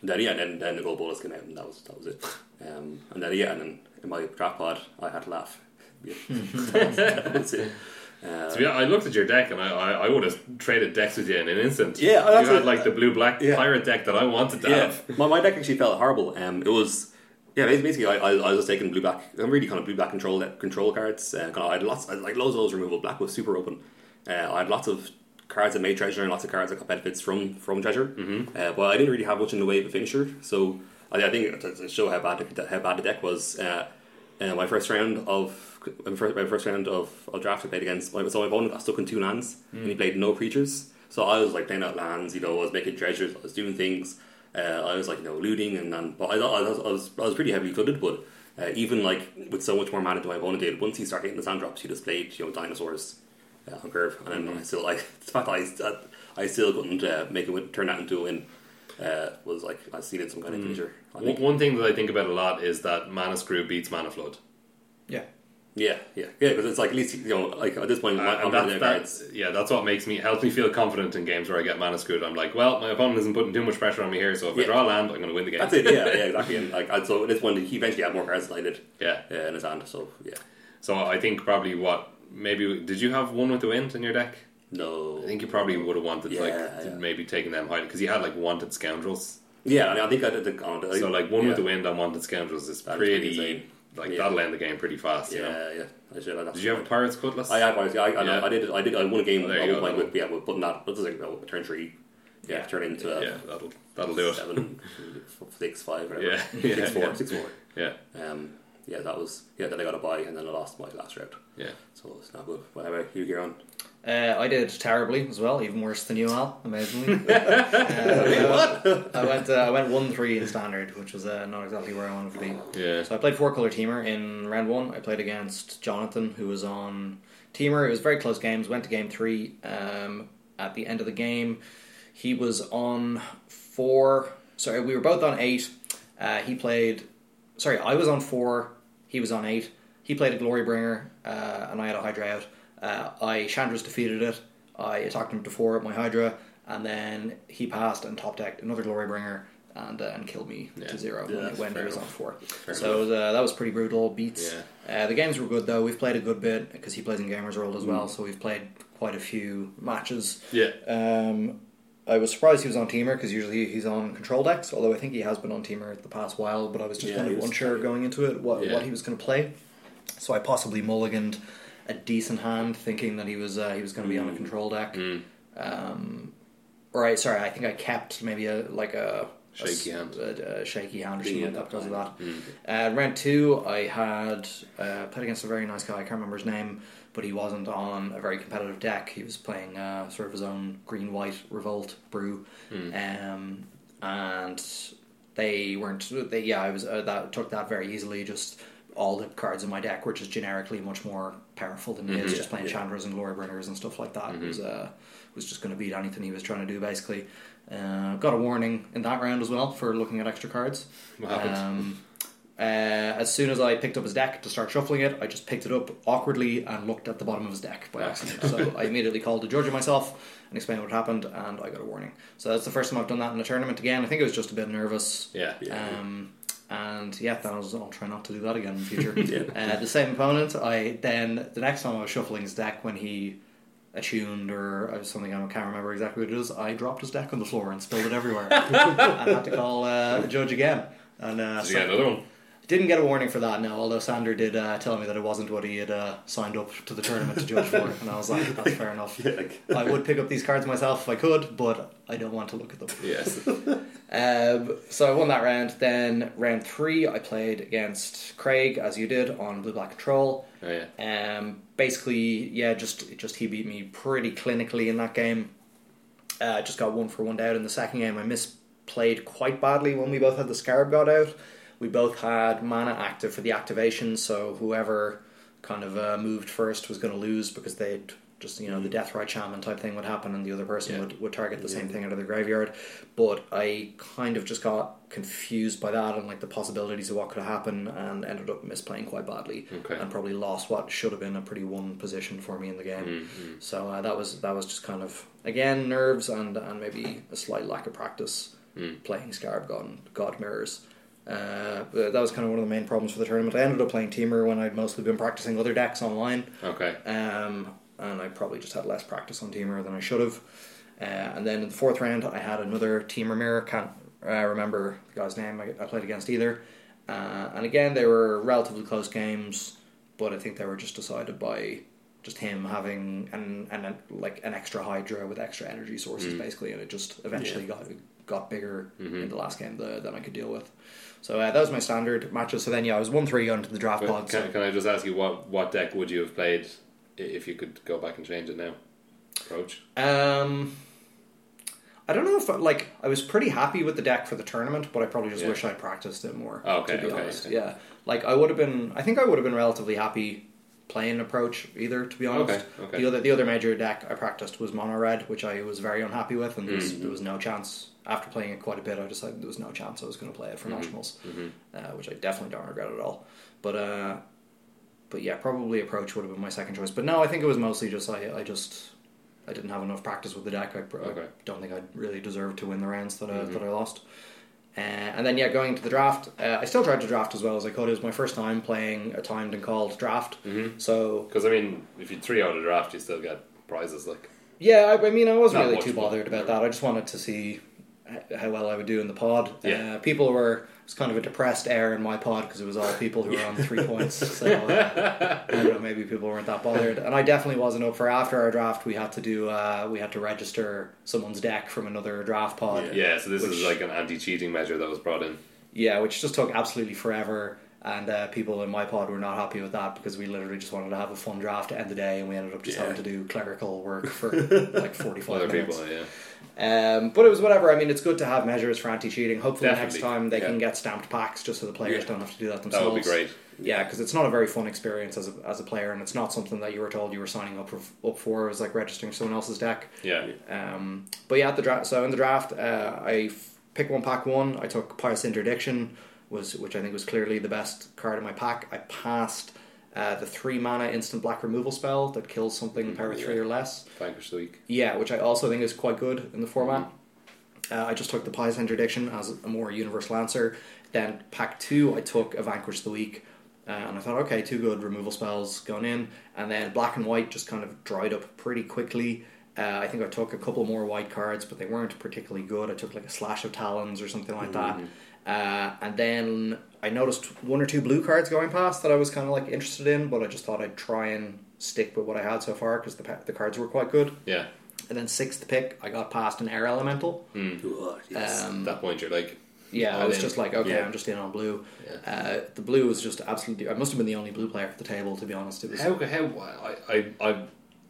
C: and then yeah, and then then the gold bonus came out, and that was that was it. Um, and then yeah, and then in my draft pod, I had to laugh. Yeah. That's it. Uh,
A: To be honest, I looked at your deck and I, I, I would have traded decks with you in an instant.
C: Yeah, that's
A: you had
C: it.
A: like the blue black
C: Yeah.
A: pirate deck that I wanted to
C: yeah,
A: have.
C: my, my deck actually felt horrible. Um, it was Yeah, bas- basically, I, I, I was just taking blue back. I'm really kind of blue back control control cards. Uh, kind of, I had lots, I had, like loads of those removal. Black was super open. Uh, I had lots of cards that made treasure and lots of cards that got benefits from from treasure. Mm-hmm. Uh, but I didn't really have much in the way of a finisher. So I, I think to, to show how bad the, how bad the deck was. Uh, uh, my first round of my first, my first round of, of draft I played against. my- So my opponent got stuck in two lands, and he played no creatures. So I was like playing out lands, you know, I was making treasures, I was doing things. Uh, I was like you know looting and, and but I, I, was, I was I was pretty heavily flooded, but. Uh, even like with so much more mana than my opponent did, once he started hitting the sand drops, he just played you know dinosaurs uh, on curve, and then I still like the fact that I, that I still couldn't uh, make it win, turn that into a win uh, was like I seen it some kind of pleasure. I think
A: One, one thing that I think about a lot is that Mana Screw beats Mana Flood.
C: Uh,
B: Yeah.
C: Yeah, yeah, yeah. Because it's like at least you know, like at this point,
A: Uh,
C: I'm
A: and
C: not
A: that's,
C: there.
A: that's, yeah, that's what makes me helps me feel confident in games where I get Mana Screwed. I'm like, well, my opponent isn't putting too much pressure on me here, so if
C: Yeah.
A: I draw a land, I'm going to win the game.
C: That's it. Yeah, yeah, exactly. And like, and so at this one, he eventually had more cards than I did
A: Yeah.
C: uh, in his hand. So yeah,
A: So I think probably what maybe did you have one with the wind in your deck?
C: no.
A: I think you probably would have wanted like
C: Yeah, yeah.
A: maybe taking them high because you had like wanted scoundrels.
C: Yeah, and I think I did the. Oh,
A: So like one
C: yeah,
A: with the wind on wanted scoundrels is
C: is pretty
A: pretty,
C: insane.
A: like
C: Yeah.
A: that'll end the game pretty fast.
C: Yeah,
A: You know?
C: yeah. I should. Have,
A: Did you have a pirates cutlass?
C: I, I, I, I,
A: Yeah. Oh,
C: I did. I did. I won a game
A: There
C: at
A: you
C: one
A: go,
C: point
A: that
C: with yeah, with putting that. That was like you know, turn three. Yeah, turn into uh,
A: yeah, that'll that'll do it.
C: seven, six, five, whatever.
A: Yeah,
C: six,
A: yeah,
C: four,
A: yeah.
C: six, four.
A: Yeah,
C: Um, yeah, that was yeah. Then I got a buy, and then I lost my last round.
A: yeah.
C: So it's not good. Whatever. You get on.
B: Uh, I did terribly as well, even worse than you, Al. Amazingly, Uh, I went uh, I went one three in standard, which was uh, not exactly where I wanted to be.
A: Yeah.
B: So I played four color teamer in round one. I played against Jonathan, who was on teamer. It was very close games. Went to game three. Um, at the end of the game, he was on four. Sorry, we were both on eight. Uh, he played. Sorry, I was on four. He was on eight. He played a glory bringer, uh, and I had a Hydra out. Uh, I Chandra's defeated it. I attacked him to four at my Hydra, and then he passed and top decked another glory bringer and uh, and killed me
A: Yeah.
B: to zero
C: Yeah,
B: when,
C: that's
B: when he
C: fair
B: was on
C: enough.
B: four. so uh, that was pretty brutal beats.
A: Yeah.
B: Uh, the games were good though. We've played a good bit because he plays in Gamers World as well, so we've played quite a few matches.
A: Yeah.
B: Um, I was surprised he was on Teamer because usually he's on control decks. Although I think he has been on Teamer the past while, but I was just
C: Yeah,
B: kind
C: he
B: of
C: was-
B: unsure going into it what,
A: Yeah.
B: what he was going to play. So I possibly mulliganed a decent hand, thinking that he was uh, he was going to
C: Mm.
B: be on a control deck. Um, or I sorry, I think I kept maybe a like a a s-
A: Shaky hand. Mm.
B: a, a shaky hand or
C: Yeah,
B: something like that
C: that
B: because of that. Uh, round two, I had uh, played against a very nice guy. I can't remember his name, but he wasn't on a very competitive deck. He was playing uh, sort of his own green white revolt brew,
A: Hmm.
B: um, and they weren't. They, yeah, I was uh, that took that very easily. Just all the cards in my deck were just generically much more powerful than
A: Mm-hmm.
B: he is. Just playing Chandras and Glory Bringers and stuff like that was uh, was just going to beat anything he was trying to do. Basically, uh, got a warning in that round as well for looking at extra cards.
A: What happened?
B: Um, uh, as soon as I picked up his deck to start shuffling it, I just picked it up awkwardly and looked at the bottom of his deck by accident. so I immediately called the judge and myself and explained what happened, and I got a warning. So that's the first time I've done that in a tournament again. I think I was just a bit nervous.
A: Yeah.
B: Um, and yeah, then I was, I'll try not to do that again in the future.
C: Yeah.
B: uh, the same opponent, I then the next time I was shuffling his deck when he attuned or uh, something I can't remember exactly what it is. I dropped his deck on the floor and spilled it everywhere. I had to call uh, the judge again. And uh,
A: Did you
B: so-
A: get another one?
B: didn't get a warning for that, no. Although Sander did uh, tell me that it wasn't what he had uh, signed up to the tournament to judge for, and I was like, that's fair enough.
C: like-
B: I would pick up these cards myself if I could, but I don't want to look at them.
A: Yes.
B: Um, so I won that round. Then round three, I played against Craig, as you did, on Blue Black Control.
A: Oh, yeah.
B: Um, basically, yeah, just just he beat me pretty clinically in that game. Uh, just got one for one out in the second game. I misplayed quite badly when we both had the Scarab God out. We both had mana active for the activation, so whoever kind of uh, moved first was going to lose because they'd just, you know, the Death Right Shaman type thing would happen and the other person
A: Mm. Yeah.
B: would, would target the same thing out of the graveyard. But I kind of just got confused by that and like the possibilities of what could happen and ended up misplaying quite badly
A: Okay.
B: and probably lost what should have been a pretty won position for me in the game. So uh, that was that was just kind of again nerves and and maybe a slight lack of practice playing Scarab God God mirrors. Uh, but that was kind of one of the main problems for the tournament. I ended up playing Teamer when I'd mostly been practicing other decks online,
A: Okay.
B: um, and I probably just had less practice on Teamer than I should have. Uh, and then in the fourth round, I had another Teamer mirror. Can't uh, remember the guy's name I, I played against either. Uh, and again, they were relatively close games, but I think they were just decided by just him having an, an, an- like an extra Hydra with extra energy sources,
A: Mm.
B: basically, and it just eventually got got bigger
A: Mm-hmm.
B: in the last game the, than I could deal with. So uh, that was my standard matches. So then, yeah, I was one three going to the draft
A: But Can,
B: pod. So
A: can I just ask you what, what deck would you have played i- if you could go back and change it now? Roach.
B: um, I don't know if I, like I was pretty happy with the deck for the tournament, but I probably just
A: Yeah.
B: wish I practiced it more.
A: Oh, okay,
B: to be
A: okay,
B: honest,
A: okay.
B: yeah. Like I would have been. I think I would have been relatively happy playing approach either. To be honest,
A: Okay, okay.
B: the other the other major deck I practiced was mono red, which I was very unhappy with, and there,
A: Mm-hmm.
B: was, there was no chance. After playing it quite a bit, I decided there was no chance I was going to play it for
A: Mm-hmm.
B: nationals, uh, which I definitely don't regret at all. But uh, but yeah, probably approach would have been my second choice. But no, I think it was mostly just I, I just I didn't have enough practice with the deck. I, pr- I
A: Okay.
B: don't think I really deserved to win the rounds that I, that I lost. Uh, and then yeah, going to the draft, uh, I still tried to draft as well as I could. It was my first time playing a timed and called draft, so
A: Because I mean, if you three out a draft, you still get prizes. Like
B: yeah, I, I mean, I wasn't
A: Not
B: really
A: much,
B: too
A: but-
B: bothered about that. I just wanted to see h- how well I would do in the pod.
A: Yeah.
B: Uh, people were it was kind of a depressed air in my pod because it was all people who were on three points. So uh, I don't know, maybe people weren't that bothered. And I definitely wasn't up for after our draft. We had to do uh, we had to register someone's deck from another draft pod.
C: Yeah.
A: yeah, so this
B: Which-
A: is like an anti-cheating measure that was brought in.
B: Yeah, which just took absolutely forever. And uh, people in my pod were not happy with that because we literally just wanted to have a fun draft to end the day, and we ended up just
C: Yeah.
B: having to do clerical work for like forty-five
A: Other
B: minutes.
A: people, yeah.
B: Um, but it was whatever. I mean, it's good to have measures for anti-cheating. Hopefully,
A: Definitely.
B: next time they
C: Yeah.
B: can get stamped packs just so the players
C: Yeah.
B: don't have to do that
A: That
B: themselves.
A: would be great.
B: Yeah, because it's not a very fun experience as a, as a player, and it's not something that you were told you were signing up for. Up for it was like registering someone else's deck.
A: Yeah.
B: Um, but yeah, at the draft. So in the draft, uh, I f- picked one pack one. I took Pious Interdiction, was which I think was clearly the best card in my pack. I passed uh, the three mana instant black removal spell that kills something power
A: Mm-hmm.
B: three or less.
A: Vanquish the week.
B: Yeah, which I also think is quite good in the format. Uh, I just took the Pious Interdiction as a more universal answer. Then pack two, I took a Vanquish of the Week. Uh, and I thought, okay, two good removal spells going in. And then black and white just kind of dried up pretty quickly. Uh, I think I took a couple more white cards, but they weren't particularly good. I took like a Slash of Talons or something like that. Uh, and then I noticed one or two blue cards going past that I was kind of like interested in, but I just thought I'd try and stick with what I had so far because the, pa- the cards were quite good.
A: Yeah.
B: And then sixth pick, I got past an air elemental.
C: Oh, yes.
B: Um,
A: At that point, you're like,
B: Yeah, I
A: all
B: was
A: in.
B: just like, okay,
C: Yeah.
B: I'm just in on blue. Uh, the blue was just absolutely. I must have been the only blue player at the table, to be honest. It was.
A: How, how I, I, I,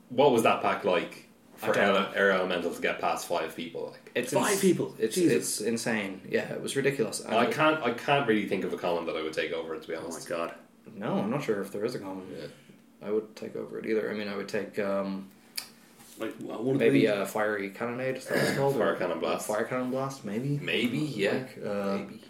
A: what was that pack like
B: I
A: for
B: don't
A: ele- air elemental to get past five people? Like,
B: It's
C: Five people.
B: It's it's
C: Jesus.
B: insane. Yeah, it was ridiculous. And
A: I can't, I can't really think of a column that I would take over it. To be
C: oh my
A: honest,
C: god.
B: No, I'm not sure if there is a common. I would take over it either. I mean, I would take um,
C: Like, I want
B: maybe uh, a fiery cannonade. Is that what it's called?
A: Fire
B: Or-
A: Cannon Blast.
B: Fire cannon blast, maybe.
A: maybe, yeah,
B: Like, uh,
A: maybe.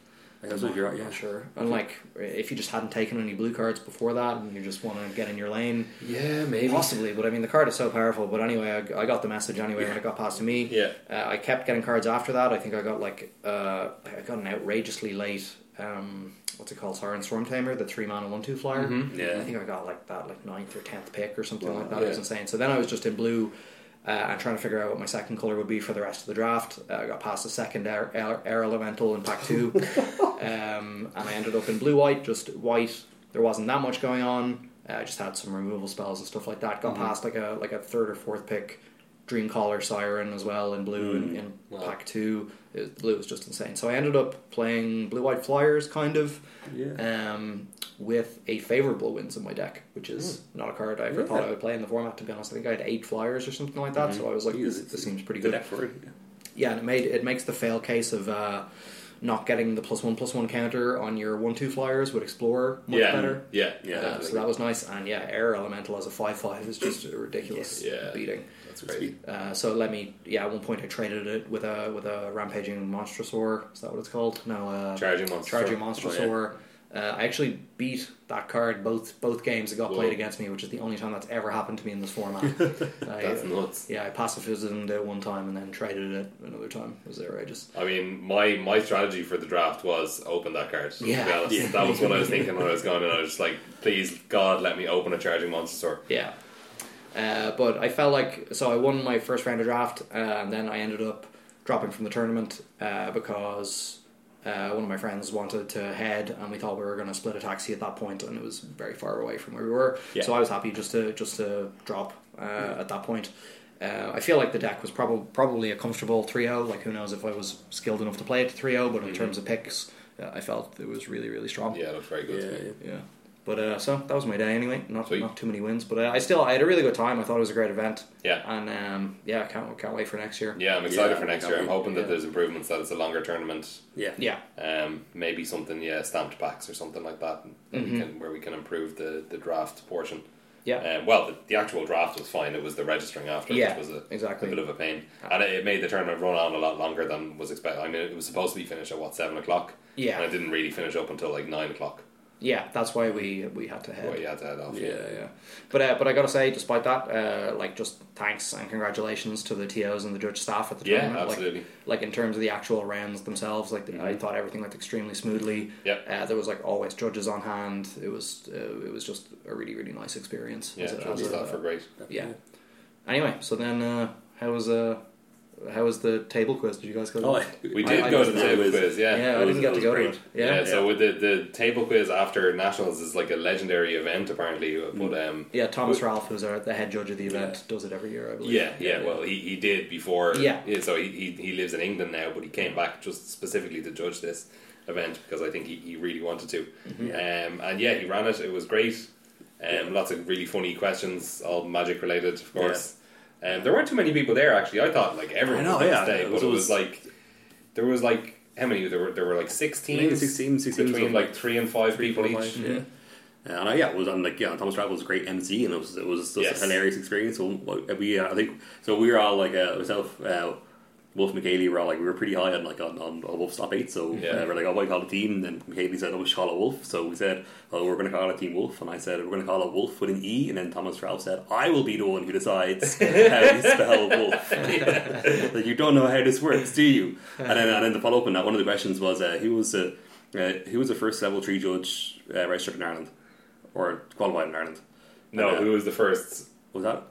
C: That's what you're
B: I'm
C: at, yeah.
B: not sure. And like, if you just hadn't taken any blue cards before that, and you just want to get in your lane,
A: Yeah, maybe.
B: Possibly, but I mean, the card is so powerful. But anyway, I, I got the message anyway when it got passed to me.
A: Yeah.
B: Uh, I kept getting cards after that. I think I got like, uh, I got an outrageously late, um, what's it called? Siren Storm Tamer, the three mana, one, two flyer.
C: Yeah.
B: I think I got like that, like ninth or tenth pick or something like that. It
A: Mm-hmm. yeah.
B: was insane. So then I was just in blue. Uh, and trying to figure out what my second color would be for the rest of the draft. Uh, I got past the second air, air, air elemental in pack two, um, and I ended up in blue white, just white. There wasn't that much going on. Uh, I just had some removal spells and stuff like that. Got past like a like a third or fourth pick, Dreamcaller Siren as well in blue in, in
A: Wow.
B: pack two. It, blue was just insane. So I ended up playing blue white flyers kind of,
C: Yeah.
B: um, with a favorable wins in my deck, which is not a card I ever thought I would play in the format. To be honest, I think I had eight flyers or something like that. So I was like, this, this seems pretty
C: Good
B: good.
C: effort.
B: Yeah, and it made it makes the fail case of uh, not getting the plus one plus one counter on your one two flyers with Explorer much
A: yeah,
B: better.
A: yeah,
C: Yeah.
B: Uh, so
C: definitely.
B: that was nice, and yeah, Air Elemental as a five-five is just a ridiculous
A: Yes. Yeah.
B: beating.
A: That's crazy.
B: Uh, so let me, yeah, at one point I traded it with a with a rampaging monstrosaur. Is that what it's called? No, uh,
A: Charging Oh, monster.
B: charging monstrosaur. Uh, I actually beat that card both both games that got
A: Whoa.
B: played against me, which is the only time that's ever happened to me in this format. I,
A: That's nuts.
B: yeah, I pacifismed it one time and then traded it another time. It was outrageous.
A: I mean, my my strategy for the draft was open that card. to be
B: Yeah.
A: honest.
C: Yeah.
A: that was what I was thinking when I was going, and I was just like, please God, let me open a charging monster.
B: Yeah. Uh, but I felt like so I won my first round of draft, uh, and then I ended up dropping from the tournament uh, because uh, one of my friends wanted to head, and we thought we were going to split a taxi at that point, and it was very far away from where we were.
C: Yeah.
B: So I was happy just to just to drop uh, at that point. Uh, I feel like the deck was probably probably a comfortable 3-0. Like who knows if I was skilled enough to play it 3-0, but in terms of picks, uh, I felt it was really really strong.
A: Yeah, it looks very good. to me.
C: yeah.
B: Yeah. But uh, so that was my day anyway. Not
A: Sweet.
B: not too many wins, but uh, I still I had a really good time. I thought it was a great event.
A: Yeah.
B: And um, yeah, I can't can't wait for next year.
A: Yeah, I'm excited
C: Yeah,
A: for next
C: I
A: year. I'm
C: think-
A: hoping
B: yeah.
A: that there's improvements, that it's a longer tournament.
C: yeah.
B: Yeah.
A: Um, maybe something, yeah, stamped packs or something like that, that we can, where we can improve the, the draft portion.
B: Yeah.
A: Um, well, the, the actual draft was fine. It was the registering after
B: Yeah,
A: which was a,
B: exactly.
A: a bit of a pain, and it, it made the tournament run on a lot longer than was expected. I mean, it was supposed to be finished at what seven o'clock,
B: Yeah.
A: and it didn't really finish up until like nine o'clock.
B: yeah, that's why we we had to head.
A: Where you had to head off.
C: Yeah, yeah.
B: But uh, but I gotta say, despite that, uh, like just thanks and congratulations to the tos and the judge staff at the
A: Yeah,
B: tournament.
A: absolutely. Mm-hmm.
B: Like, like in terms of the actual rounds themselves, like I thought everything went extremely smoothly.
A: Yep.
B: Uh, there was like always judges on hand. It was uh, it was just a really really nice experience.
A: yeah,
B: as a- uh,
A: sure,
B: as a-
A: that for great.
B: yeah. Anyway, so then uh, how was uh how was the table quiz? Did you guys go? to
C: Oh,
B: that?
A: We
C: I-
A: did
C: I
A: go to
C: didn't
A: the
C: know it
A: table
C: was-
A: quiz. Yeah,
B: yeah, I
C: it
B: didn't
C: was-
B: get
C: it
B: to
C: was
B: go to
C: brilliant.
B: it.
A: Yeah,
B: Yeah.
A: so with the, the table quiz after nationals is like a legendary event apparently, but
C: Mm.
A: um,
B: Yeah, Thomas Ralph, who's our, the head judge of the event, does it every year, I believe.
A: Yeah, yeah. Well, he, he did before.
B: Yeah.
A: so he, he he lives in England now, but he came back just specifically to judge this event because I think he, he really wanted to.
C: Mm-hmm.
A: Um, and yeah, he ran it. It was great. Um, lots of really funny questions, all magic related, of course. Um, there weren't too many people there actually. I thought like everyone
C: I know,
A: was there
C: yeah.
A: today,
C: It
A: but
C: was-
A: it was like there was like how many there were there were like six
C: I think
A: teams,
C: six teams, six teams
A: between
C: of,
A: like three and five people
C: Yeah.
A: each.
C: Uh, and I, yeah, it was on like yeah, Thomas Rabb was a great MC, and it was it was just
A: Yes.
C: a hilarious experience. So like, we, uh, I think, so we were all like uh, myself, uh, Wolf McKaylee were all like we were pretty high on like on, on, on Wolf's top eight. So
A: Yeah.
C: uh, we're like, oh, why call a team? And then McKaylee said, oh, we should call it Wolf. So we said, oh, we're going to call it Team Wolf, and I said we're going to call it Wolf with an E. And then Thomas Rabb said, I will be the one who decides how you spell Wolf. Like you don't know how this works, do you? And then, and then the follow up on that, one of the questions was uh, who was the uh, who was the first level three judge uh, registered in Ireland or qualified in Ireland?
A: No,
C: And, uh,
A: who was the first
C: was that?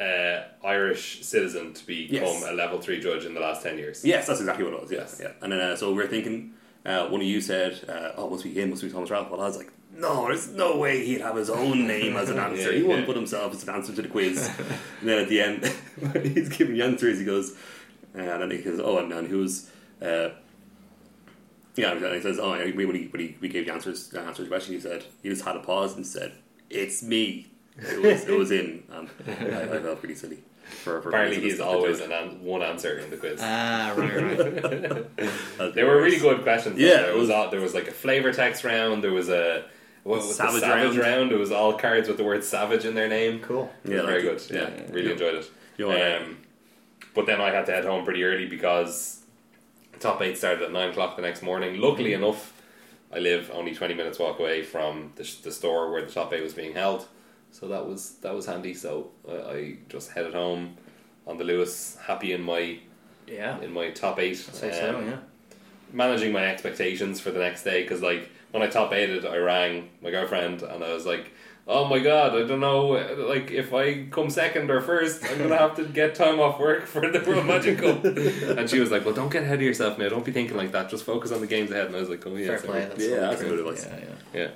A: uh, Irish citizen to become
C: Yes.
A: a level three judge in the last ten years?
C: Yes, that's exactly what it was. Yes,
A: Yes.
C: yeah. And then uh, so we were thinking. Uh, one of you said, uh, "Oh, must be him, must be Thomas Ralph." Well, I was like, "No, there's no way he'd have his own name as an answer. he wouldn't
A: yeah.
C: put himself as an answer to the quiz." and then at the end, when he's giving the answers, he goes, uh, and then he goes, "Oh, and then who's?" Uh, yeah, and he says, "Oh, yeah, when he, when he we gave the answers, the answers to the question, he said he just had a pause and said, "It's me." It was, it was in, and I, I felt pretty silly. For, for
A: Apparently,
C: for-
A: he's always an an, one answer in the quiz.
C: Uh,
B: Ah, right, right.
A: they were really good questions. though.
C: Yeah,
A: there
C: it
A: was
C: was-
A: all, there was like a flavor text round. There was a what was
C: Savage
A: the savage round.
C: round.
A: It was all cards with the word savage in their name.
B: Cool.
A: It was
C: Yeah,
A: very
C: like-
A: good. Yeah,
C: yeah,
A: really
C: yeah.
A: enjoyed it.
C: You know, I-
A: um, but then I had to head home pretty early because top eight started at nine o'clock the next morning. Luckily enough, I live only twenty minutes walk away from the, the store where the top eight was being held, so that was that was handy. So uh, I just headed home on the Lewis, happy in my
B: Yeah.
A: in my top eight.
B: Say
A: Um,
B: so, yeah.
A: managing my expectations for the next day because like when I top aided I rang my girlfriend and I was like oh my god I don't know like if I come second or first I'm gonna have to get time off work for the World Magic Cup and she was like well don't get ahead of yourself now don't be thinking like that just focus on the games ahead and I was like oh yeah
B: Fair
A: sorry."
B: play. That's
C: yeah, that's
B: true.
C: good advice.
B: Yeah, yeah.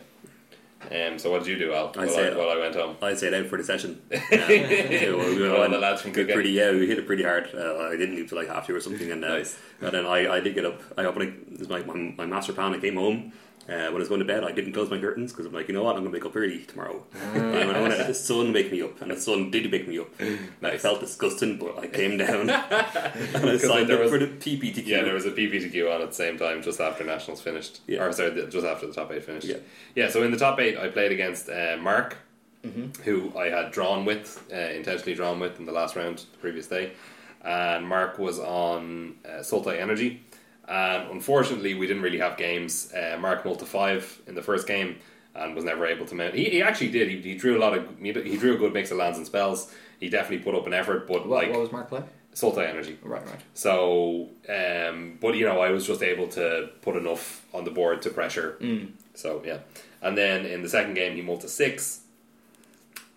A: yeah um, so what did you do Al
C: I
A: while, I,
C: said-
A: while I went home
C: I stayed out for the session. Yeah, we were
A: All
C: on-
A: the lads from
C: hit
A: Cookout.
C: pretty yeah, we hit it pretty hard. Uh, I didn't leave till like half two or something, and uh,
A: Nice.
C: and then I, I did get up. I opened it was my, my my master plan. I came home. Uh, when I was going to bed, I didn't close my curtains because I'm like, you know what, I'm going to wake up early tomorrow. and I want to let the sun wake me up, and the sun did wake me up. And I felt disgusting, but I came down and I signed
A: there
C: up
A: was-
C: for the PPTQ.
A: Yeah, there was a PPTQ on at the same time, just after nationals finished.
C: Yeah.
A: Or sorry, th- just after the top eight finished.
C: Yeah.
A: Yeah. So in the top eight, I played against uh, Mark,
C: Mm-hmm.
A: who I had drawn with, uh, intentionally drawn with in the last round the previous day, and Mark was on uh, Sultai Energy, and unfortunately we didn't really have games. Uh, Mark mulled to five in the first game and was never able to mount. He, he actually did. He, he drew a lot of. He, he drew a good mix of lands and spells. He definitely put up an effort, but
B: What,
A: like
B: what was Mark play?
A: Sultai Energy.
B: Right, right.
A: So, um, but you know, I was just able to put enough on the board to pressure. Mm. So yeah, and then in the second game, he mulled to six,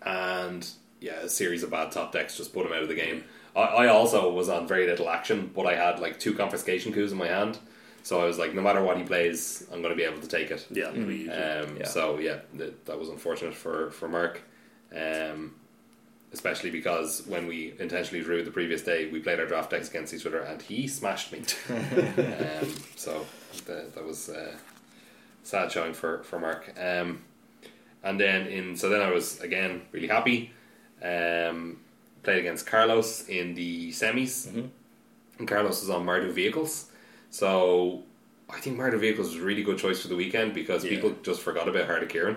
A: and yeah, a series of bad top decks just put him out of the game. I, I also was on very little action, but I had like two confiscation coups in my hand, So I was like, no matter what he plays, I'm going to be able to take it.
C: Yeah, it'll be easy.
A: Um,
B: Yeah.
A: So yeah, th- that was unfortunate for for Mark, um, especially because when we intentionally drew the previous day, we played our draft decks against each other, and he smashed me. um, so that, that was uh, sad showing for for Mark. Um, and then in so then I was again really happy. Um, played against Carlos in the semis,
C: Mm-hmm.
A: and Carlos was on Mardu Vehicles. So I think Mardu Vehicles was a really good choice for the weekend because
C: Yeah.
A: people just forgot about Harda Kieran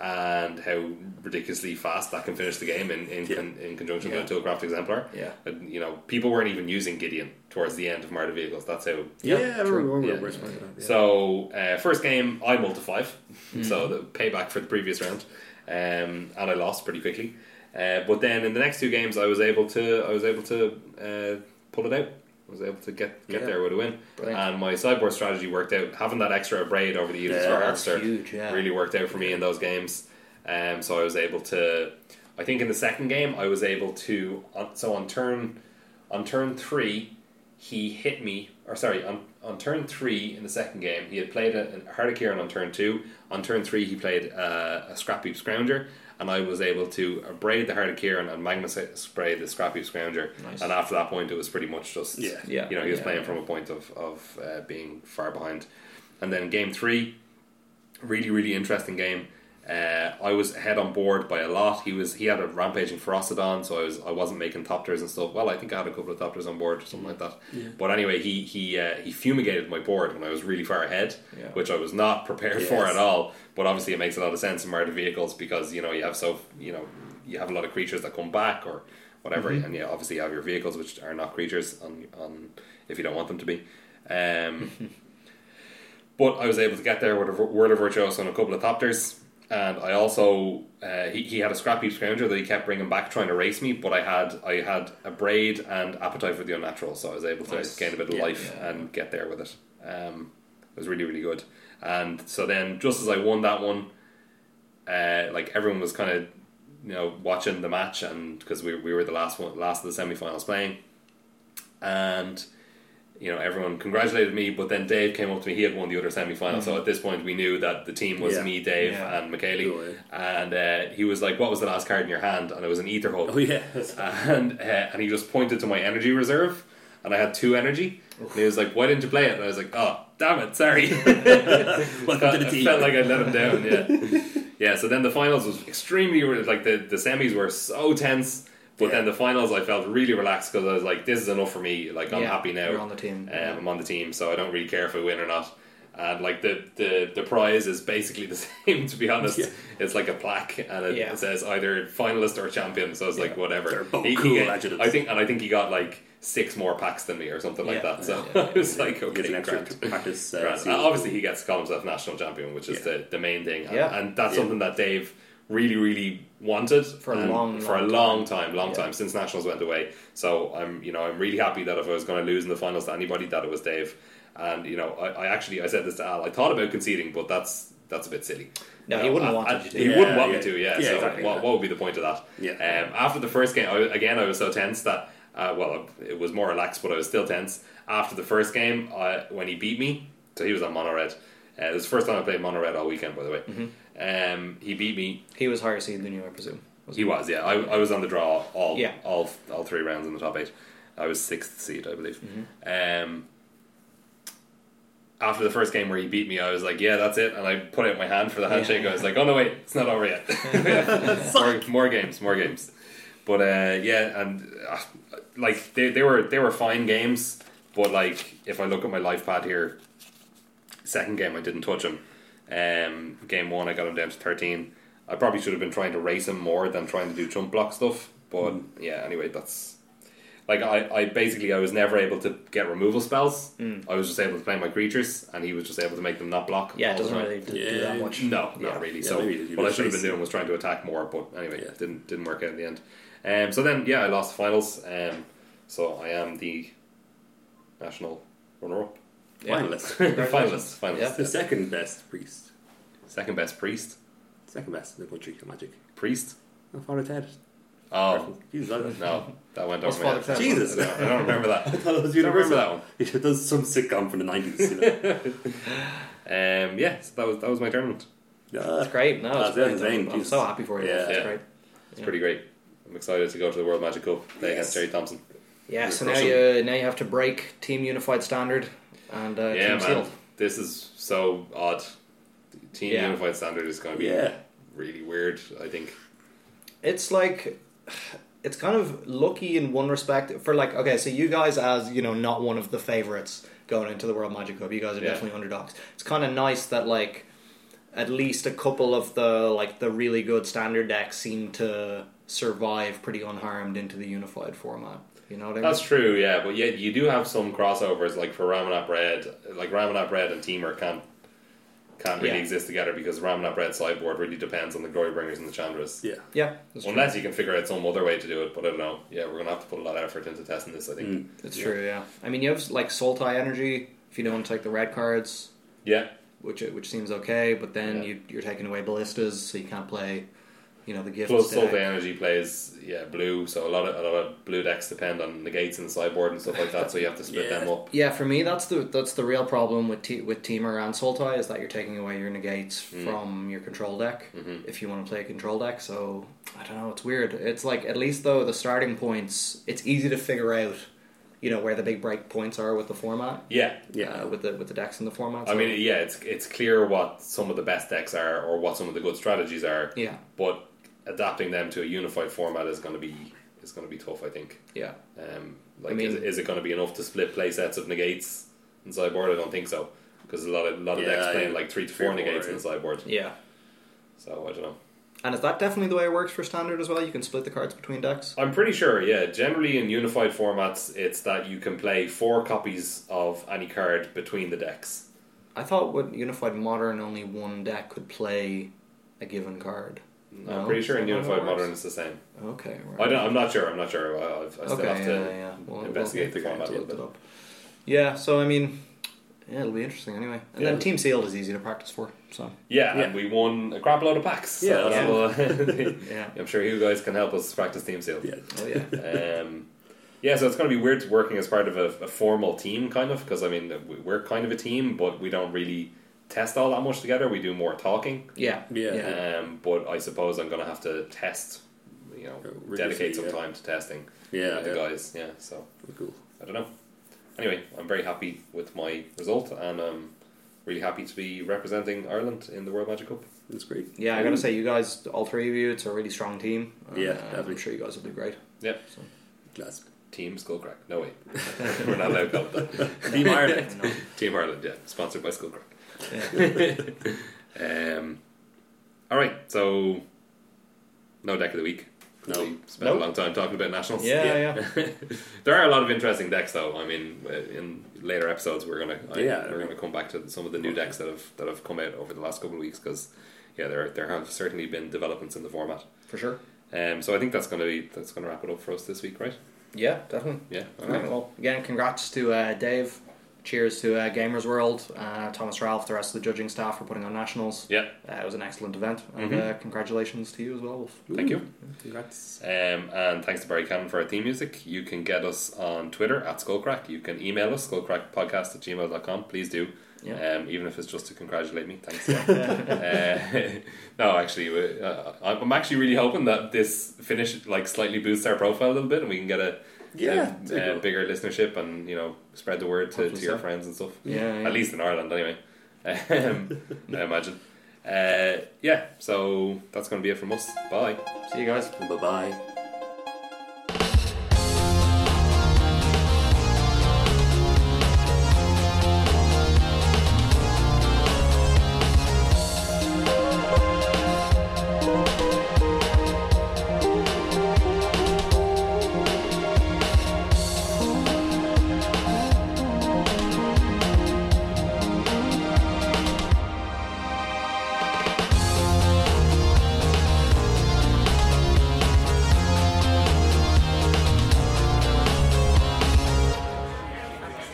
A: and how ridiculously fast that can finish the game in, in,
C: Yeah.
A: con- in conjunction
B: Yeah.
A: with a Toolcraft Exemplar.
B: Yeah.
A: And, you know, people weren't even using Gideon towards the end of Mardu Vehicles. That's how
B: Yeah,
C: yeah, I remember,
A: true.
C: remember
A: Yeah.
C: where it's from, yeah.
A: so uh, first game, I multi five, so the payback for the previous round, um, and I lost pretty quickly. Uh, but then in the next two games, I was able to I was able to uh, pull it out. I was able to get get
C: Yeah.
A: there with a win,
B: Brilliant.
A: and my sideboard strategy worked out. Having that extra braid over the Edith's
C: Yeah,
A: for
B: that's
A: Harvester
B: huge, yeah.
A: really worked out for me in those games. Um, so I was able to. I think in the second game, I was able to. On, so on turn, on turn three, he hit me, or sorry, on, on turn three in the second game, he had played a, a Hardikiran on turn two. On turn three, he played uh, a Scrap Heap Scrounger, and I was able to abrade the Hardikiran and Magnus spray the Scrap Heap Scrounger.
B: Nice.
A: And after that point, it was pretty much just,
C: Yeah.
B: Yeah.
A: you know, he was
B: Yeah.
A: playing from a point of, of uh, being far behind. And then game three, really, really interesting game. Uh, I was ahead on board by a lot. He was he had a rampaging ferocidon, so I was I wasn't making topters and stuff. Well, I think I had a couple of topters on board or something like that. But anyway, he he uh, he fumigated my board when I was really far ahead,
B: Yeah.
A: which I was not prepared for
C: Yes.
A: at all. But obviously, it makes a lot of sense in murder vehicles because you know you have so you know you have a lot of creatures that come back or whatever, and yeah, obviously you have your vehicles which are not creatures on on if you don't want them to be. Um, but I was able to get there with a vir- Word of Virtuoso and a couple of Topters. And I also uh, he, he had a scrappy scrounger that he kept bringing back trying to race me, but I had I had a braid and appetite for the unnatural, so I was able to
C: Nice.
A: gain a bit of
C: Yeah,
A: life
B: yeah.
A: and get there with it. Um, it was really really good. And so then, just as I won that one, uh, like everyone was kind of you know watching the match, and because we, we were the last one last of the semifinals playing, and you know, everyone congratulated me, but then Dave came up to me. He had won the other semi final, so at this point we knew that the team was
C: Mm-hmm. Yeah.
A: me, Dave,
B: Yeah.
A: and Michaeli.
C: Cool,
A: And uh, he was like, "What was the last card in your hand?" And it was an ether hub.
C: Oh yeah, that's-
A: And uh, and he just pointed to my energy reserve, and I had two energy. And he was like, "Why didn't you play it?" And I was like, "Oh, damn it, sorry."
C: welcome to the
A: I
C: team.
A: felt like I let him down. Yeah, yeah. So then the finals was extremely re- like the the semis were so tense, but
C: Yeah.
A: then the finals I felt really relaxed because I was like, "This is enough for me. Like I'm
B: Yeah,
A: happy now.
B: you're on the
A: Um,
B: team. Yeah.
A: I'm on the team, so I don't really care if I win or not." And like the the, the prize is basically the same. To be honest,
C: Yeah.
A: it's like a plaque, and it
B: Yeah.
A: says either finalist or champion. So it's like whatever.
C: They're both cool
A: got-
C: adjectives.
A: I think, and I think he got like six more packs than me or something like
B: Yeah.
A: that. So
B: Yeah.
A: it was like okay,
C: Get an extra
A: grand.
C: practice.
A: Right.
C: Uh, so-
A: Uh, obviously, he gets to call himself national champion, which is
C: Yeah.
A: the, the main thing, and,
B: Yeah.
A: and that's
C: Yeah.
A: something that Dave really, really wanted
B: a
A: and
B: long,
A: for a
B: long
A: long time, long
B: Yeah.
A: time since nationals went away. So I'm, you know, I'm really happy that if I was going to lose in the finals to anybody, that it was Dave. And you know, I, I actually I said this to Al. I thought about conceding, but that's that's a bit silly.
B: No,
A: You
B: he
A: know,
B: wouldn't
A: I-
B: want
A: I-
B: you to.
A: He
C: Yeah,
A: wouldn't want me
C: yeah.
A: to. Yeah.
C: Yeah,
A: so
C: exactly.
A: what, what would be the point of that?
C: Yeah.
A: Um, after the first game, I, was- again, I was so tense that uh, well, it was more relaxed, but I was still tense. After the first game, uh, when he beat me, so he was on mono red. Uh, it was the first time I played mono red all weekend, by the way. Um, he beat me.
B: He was higher seed than you, I presume. Was
A: He was, yeah. I, I was on the draw all,
B: Yeah.
A: all all three rounds in the top eight. I was sixth seed, I believe. Um, after the first game where he beat me, I was like, "Yeah, that's it," and I put out my hand for the handshake. I was like, "Oh no, wait, it's not over yet." more, more games, more games. But uh, yeah, and uh, like they, they were they were fine games, but like if I look at my life pad here, second game I didn't touch him. Um, game one I got him down to thirteen. I probably should have been trying to race him more than trying to do chump block stuff. But yeah, anyway, that's like I, I basically I was never able to get removal spells. I was just able to play my creatures, and he was just able to make them not block.
B: Yeah,
A: all
B: it
A: the
B: doesn't
A: time.
B: really do, do
C: Yeah.
B: that much.
A: No,
B: Yeah.
A: not really.
C: Yeah,
A: so
C: maybe you
A: what I
C: just
A: should have been
C: face it.
A: doing was trying to attack more, but anyway,
C: Yeah.
A: didn't didn't work out in the end. Um, so then, yeah, I lost the finals. Um, so I am the national runner-up,
B: Yeah.
C: Finalist.
A: finalist, finalist,
B: Yeah.
C: The second best priest.
A: second best priest,
C: Second best in the country for magic.
A: priest.
C: No, Father Ted.
A: Oh
C: Jesus, I don't know.
A: no, that went
B: What's
A: over my
B: Father
A: head.
B: Ted?
C: Jesus.
A: I don't- I don't remember that.
C: I thought it was
A: Don't remember
C: Universal.
A: that one.
C: It does some sitcom from the nineties. You know?
A: Um, yeah, so that was that was my tournament.
C: yeah.
B: That's great. No, it's
C: That's
B: great.
C: insane.
B: I'm, I'm
C: Jesus.
B: so happy for you.
C: Yeah.
B: That's
A: Yeah.
B: great.
A: It's pretty great. I'm excited to go to the World Magic Cup. They
C: Yes.
A: against Jerry Thompson.
B: Yeah.
C: You're
B: So now
C: crushing.
B: you now you have to break team unified standard and uh,
A: yeah,
B: team
A: man,
B: sealed.
A: this is so odd. Team
B: Yeah.
A: Unified Standard is going to be
C: Yeah.
A: really weird. I think.
B: Mm-hmm. It's like it's kind of lucky in one respect for like okay, so you guys as you know not one of the favorites going into the World Magic Cup, you guys are
A: Yeah.
B: definitely underdogs. It's kind of nice that like at least a couple of the like the really good standard decks seem to survive pretty unharmed into the unified format. You know what I mean?
A: That's true, yeah, but yet you do have some crossovers, like for Ramenap Red, like Ramenap Red and Teamer can't can't really
B: Yeah.
A: exist together because Ramenap Red sideboard really depends on the Glorybringers and the Chandras.
C: Yeah.
B: yeah, that's true.
A: Unless you can figure out some other way to do it, but I don't know. Yeah, we're gonna have to put a lot of effort into testing this. I think.
C: Mm.
B: That's
A: Yeah.
B: true. Yeah, I mean you have like Sultai energy if you don't take the red cards.
A: Yeah,
B: which which seems okay. But then
A: Yeah.
B: you, you're taking away ballistas, so you can't play, you know, the gift.
A: plus Sultai Energy plays yeah blue, so a lot of a lot of blue decks depend on negates and sideboard and stuff like that. So you have to split
C: Yeah.
A: them up.
B: Yeah, for me, that's the that's the real problem with te- with Teamer and Sultai is that you're taking away your negates
A: Mm-hmm.
B: from your control deck if you want to play a control deck. So I don't know, it's weird. It's like at least though the starting points, it's easy to figure out, you know, where the big break points are with the format.
A: Yeah,
C: Yeah.
B: uh, with the with the decks in the format.
A: I
B: so-
A: mean yeah, it's it's clear what some of the best decks are or what some of the good strategies are.
B: yeah,
A: but adapting them to a unified format is going to be is going to be tough. I think.
B: yeah.
A: Um, like,
B: I mean-
A: is, is it going to be enough to split play sets of negates in sideboard? I don't think so, because a lot of a lot of
C: Yeah,
A: decks playing
C: yeah.
A: like three to
C: Three
A: four
C: or four,
A: negates in
C: yeah.
A: sideboard.
B: Yeah,
A: So I don't know.
B: and is that definitely the way it works for standard as well? You can split the cards between decks.
A: I'm pretty sure. Yeah, generally in unified formats, it's that you can play four copies of any card between the decks.
B: I thought with Unified Modern, only one deck could play a given card. No?
A: I'm pretty sure in
B: Is that how
A: unified
B: it works?
A: modern it's the same.
B: Okay, right.
A: I don't. I'm not sure. I'm not sure. I, I've, I still
B: okay,
A: have to.
B: yeah, yeah. We'll- we'll
A: investigate the
B: figure
A: format
B: it
A: a little
B: out,
A: bit.
B: look it up. Yeah, so I mean, yeah, it'll be interesting anyway. And
C: Yeah.
B: then Team Sealed is easy to practice for, so
A: Yeah,
C: Yeah.
A: and we won a crap load of packs. So
C: Yeah,
A: that's all-
B: yeah,
A: I'm sure you guys can help us practice team seal.
C: Yeah.
B: oh yeah,
A: Um, yeah, so it's going to be weird working as part of a, a formal team, kind of, because I mean, we- we're kind of a team, but we don't really test all that much together. We do more talking.
B: yeah,
C: Yeah.
A: Um, but I suppose I'm going to have to test, you know,
C: Rigorously,
A: dedicate some
C: yeah.
A: time to testing
C: Yeah.
A: with the
C: yeah.
A: guys. Yeah, so
C: Cool.
A: I don't know. Anyway, I'm very happy with my result, and I'm really happy to be representing Ireland in the World Magic Cup.
C: That's great.
B: yeah. I gotta say, you guys, all three of you, it's a really strong team.
C: Yeah,
B: Uh,
C: definitely.
B: I'm sure you guys will do great.
A: Yep,
C: Glass.
A: Team Skullcrack. No way. we're not allowed to call it that.
C: Team Ireland.
B: No.
A: Team Ireland, yeah, sponsored by Skullcrack.
B: Yeah.
A: Um, all right, so no deck of the week. 'cause
C: No.
A: we spent a
B: Nope.
A: long time talking about nationals.
B: Yeah, yeah.
A: there are a lot of interesting decks, though. I mean, uh, in later episodes, we're gonna I-
C: Yeah.
A: we're gonna come back to some of the new decks that have that have come out over the last couple of weeks because yeah, there there have certainly been developments in the format.
B: for sure.
A: Um, so I think that's gonna be that's gonna wrap it up for us this week, right?
B: Yeah, definitely.
A: Yeah. All
B: Alright,
A: right.
B: well, again, congrats to uh, Dave. Cheers to uh, Gamers World, uh, Thomas Ralph, the rest of the judging staff for putting on nationals.
A: Yeah.
B: Uh, it was an excellent event, and uh,
A: Mhm.
B: congratulations to you as well. Wolf.
A: Thank you.
C: Congrats.
A: Um, and thanks to Barry Cannon for our theme music. You can get us on Twitter at Skullcrack. You can email us, skullcrackpodcast at gmail.com. Please do.
B: Yeah.
A: Um, even if it's just to congratulate me. Thanks. uh, no, actually, we- uh, I'm I'm actually really hoping that this finish like slightly boosts our profile a little bit and we can get a
C: Yeah,
A: um,
C: that'd be
A: uh,
C: cool.
A: bigger listenership and, you know, spread the word to, to
B: Hopefully
A: your
B: so.
A: friends and stuff.
B: Yeah, yeah.
A: At least in Ireland, anyway. Um, I imagine. Uh, yeah, so that's going to be it from us. Bye.
B: See you guys.
C: Bye bye.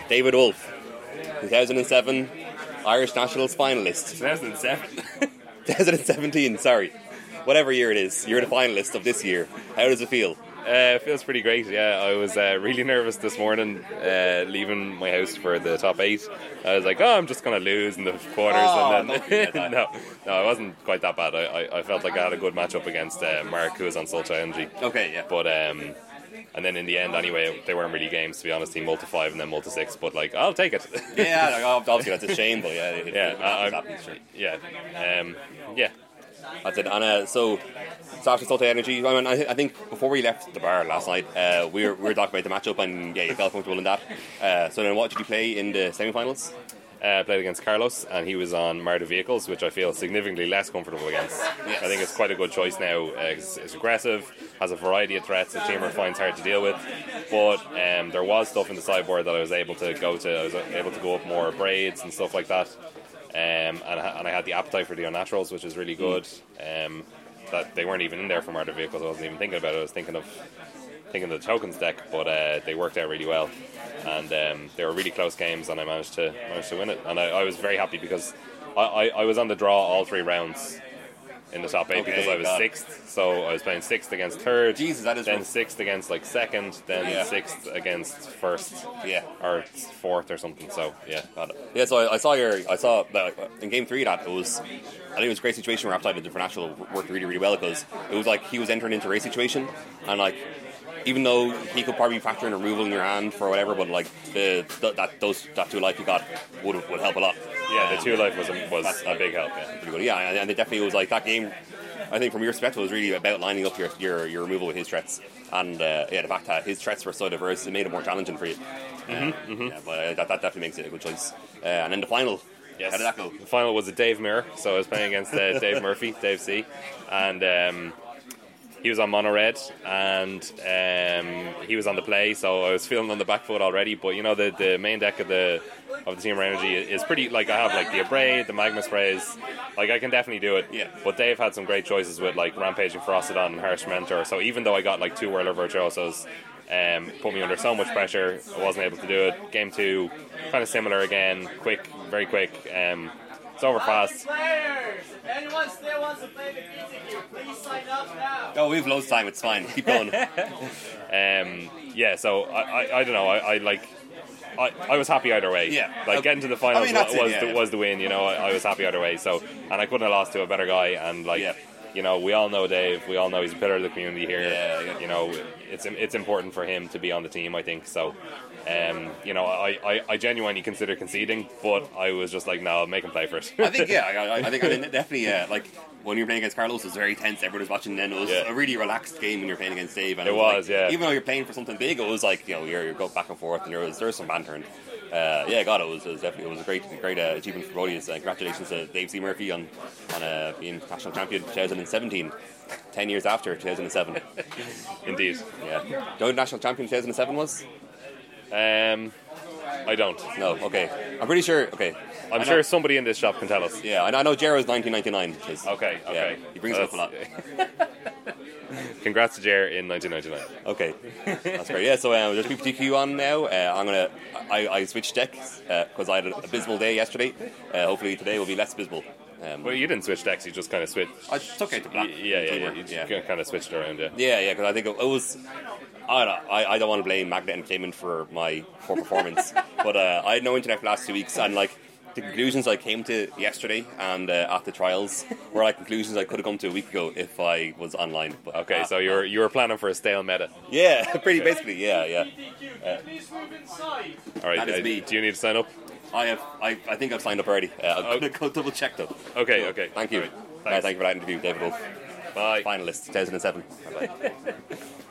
C: David Wolf, 2007 Irish Nationals finalist.
A: 2007.
C: 2017, sorry.
D: whatever year it is, you're the finalist of this year. How does it feel?
A: Uh, feels pretty great. Yeah, I was uh, really nervous this morning uh, leaving my house for the top eight. I was like, oh, I'm just gonna lose in the quarters.
D: Oh,
A: and
D: don't be like
A: then
D: that.
A: no, no, I wasn't quite that bad. I, I, I felt like I had a good matchup against uh, Mark, who was on Soul Energy.
D: Okay, yeah.
A: But um, and then in the end, anyway, they weren't really games to be honest. He multi five and then multi six, but like I'll take it.
D: yeah, like, ob- obviously that's a shame, but yeah, it,
A: Yeah,
D: it
A: I- I'm-
D: happens, sure.
A: yeah, um, yeah.
D: That's it. And uh, so, so after Salt Energy, I, mean, I, thi- I think before we left the bar last night, uh, we were we were talking about the matchup, and yeah, you felt comfortable in that. Uh, so then, what did you play in the semi-finals?
A: uh, played against Carlos, and he was on Marta Vehicles, which I feel significantly less comfortable against. I think it's quite a good choice now. Uh, it's, it's aggressive, has a variety of threats the teamer finds hard to deal with, but um, there was stuff in the sideboard that I was able to go to. I was able to go up more braids and stuff like that, um, and, I ha- and I had the appetite for the unnaturals, which is really
D: Hmm.
A: good. Um, that they weren't even in there for Marta Vehicles. I wasn't even thinking about it. I was thinking of thinking of the tokens deck, but uh, they worked out really well, and um, they were really close games, and I managed to managed to win it, and I, I was very happy because I, I, I was on the draw all three rounds in the top eight
D: Okay,
A: because I was
D: got it.
A: sixth, so I was playing sixth against third,
D: Jesus, that is
A: then
D: rough.
A: sixth against like second, then
D: Yeah.
A: sixth against first,
D: Yeah.
A: or fourth or something. So yeah,
D: Got it. Yeah, so I, I saw your, I saw that in game three that it was, I think it was a great situation where Appetite and International worked really, really well because it was like he was entering into a race situation and like, even though he could probably factor in a removal in your hand for whatever, but like the, th- that those that two life he got would would help a lot.
A: yeah, the
D: Um,
A: two life was a, was a big help. Yeah.
D: pretty good. Yeah, and, and it definitely was like that game. I think from your perspective, it was really about lining up your your, your removal with his threats, and uh, yeah, the fact that his threats were so diverse, it made it more challenging for you. Uh, Yeah, but uh, that, that definitely makes it a good choice. Uh, and then the final.
A: Yes.
D: How did that go?
A: The final was a Dave Mirror, so I was playing against uh, Dave Murphy, Dave C, and um, he was on mono red, and um, he was on the play, so I was feeling on the back foot already. But you know, the, the main deck of the of the Team Energy is pretty like I have like the abrade, the magma sprays, like I can definitely do it.
D: Yeah.
A: But Dave had some great choices with like Rampage and Frostodon and Harsh Mentor. So even though I got like two Whirler Virtuosos, um, put me under so much pressure, I wasn't able to do it. Game two, kind of similar again, quick, very quick. Um, it's over fast.
E: Players! Anyone still wants to play the kids in here, please sign up now!
D: Oh, we've loads of time. It's fine. Keep going.
A: Um, yeah, so I, I, I don't know. I, I like. I, I was happy either way.
D: Yeah.
A: Like getting to the finals
D: I mean,
A: wa-
D: that's
A: was
D: it, yeah,
A: the,
D: yeah.
A: was the win. You know, I, I was happy either way. So and I couldn't have lost to a better guy. And like,
D: Yeah.
A: you know, we all know Dave. We all know he's a pillar of the community here.
D: Yeah, yeah.
A: You know, it's it's important for him to be on the team. I think so. Um, you know, I, I, I genuinely consider conceding, but I was just like, no, make him play first.
D: I think yeah, I, I- I think I mean, definitely yeah. Like when you're playing against Carlos, it was very tense. Everyone was watching. Then it was
A: Yeah.
D: a really relaxed game when you're playing against Dave. And
A: It was,
D: like,
A: yeah.
D: Even though you're playing for something big, it was like you know you're, you're going back and forth, and there was there's some banter. And, uh, yeah, God, it was, it was definitely it was a great great uh, achievement for Brody. So, uh, congratulations to Dave C Murphy on on uh, being national champion 2017. 10 years after 2007.
A: Indeed.
D: Yeah. Do you know who national champion 2007 was?
A: Um, I don't.
D: No, okay. I'm pretty sure. Okay.
A: I'm
D: I
A: sure
D: know-
A: somebody in this shop can tell us.
D: Yeah, I know, I know Jaro's 1999. 'cause-
A: Okay,
D: yeah,
A: okay.
D: he brings it up a lot.
A: Congrats to Jer in 1999.
D: Okay, that's great. Yeah, so um, there's PPTQ on now. Uh, I'm gonna I, I switched decks because I had an abysmal day yesterday. Uh, hopefully today will be less abysmal. Um,
A: Well, you didn't switch decks, you just kind of switched.
D: I just took it to
A: Yeah,
D: black.
A: yeah, yeah. You
D: yeah.
A: kind of switched around, yeah.
D: Yeah, yeah, because I think it, it was. I don't, I, I don't want to blame Magnet Entertainment for my poor performance, but uh, I had no internet for the last two weeks, and like the conclusions I came to yesterday and uh, at the trials were like conclusions I could have come to a week ago if I was online. But,
A: Okay,
D: uh,
A: so you were you were planning for a stale meta.
D: yeah, pretty basically, yeah, yeah.
E: DDQ, can you please move inside?
A: All right,
D: That is
A: uh,
D: me.
A: do you need to sign up?
D: I have. I, I think I've signed up already. Uh, I'm
A: Oh.
D: gonna go double check though.
A: Okay, okay.
D: Thank you.
A: All right,
D: Uh, thank you for that interview, David Wolf.
A: Bye.
D: Finalist, 2007. Bye bye.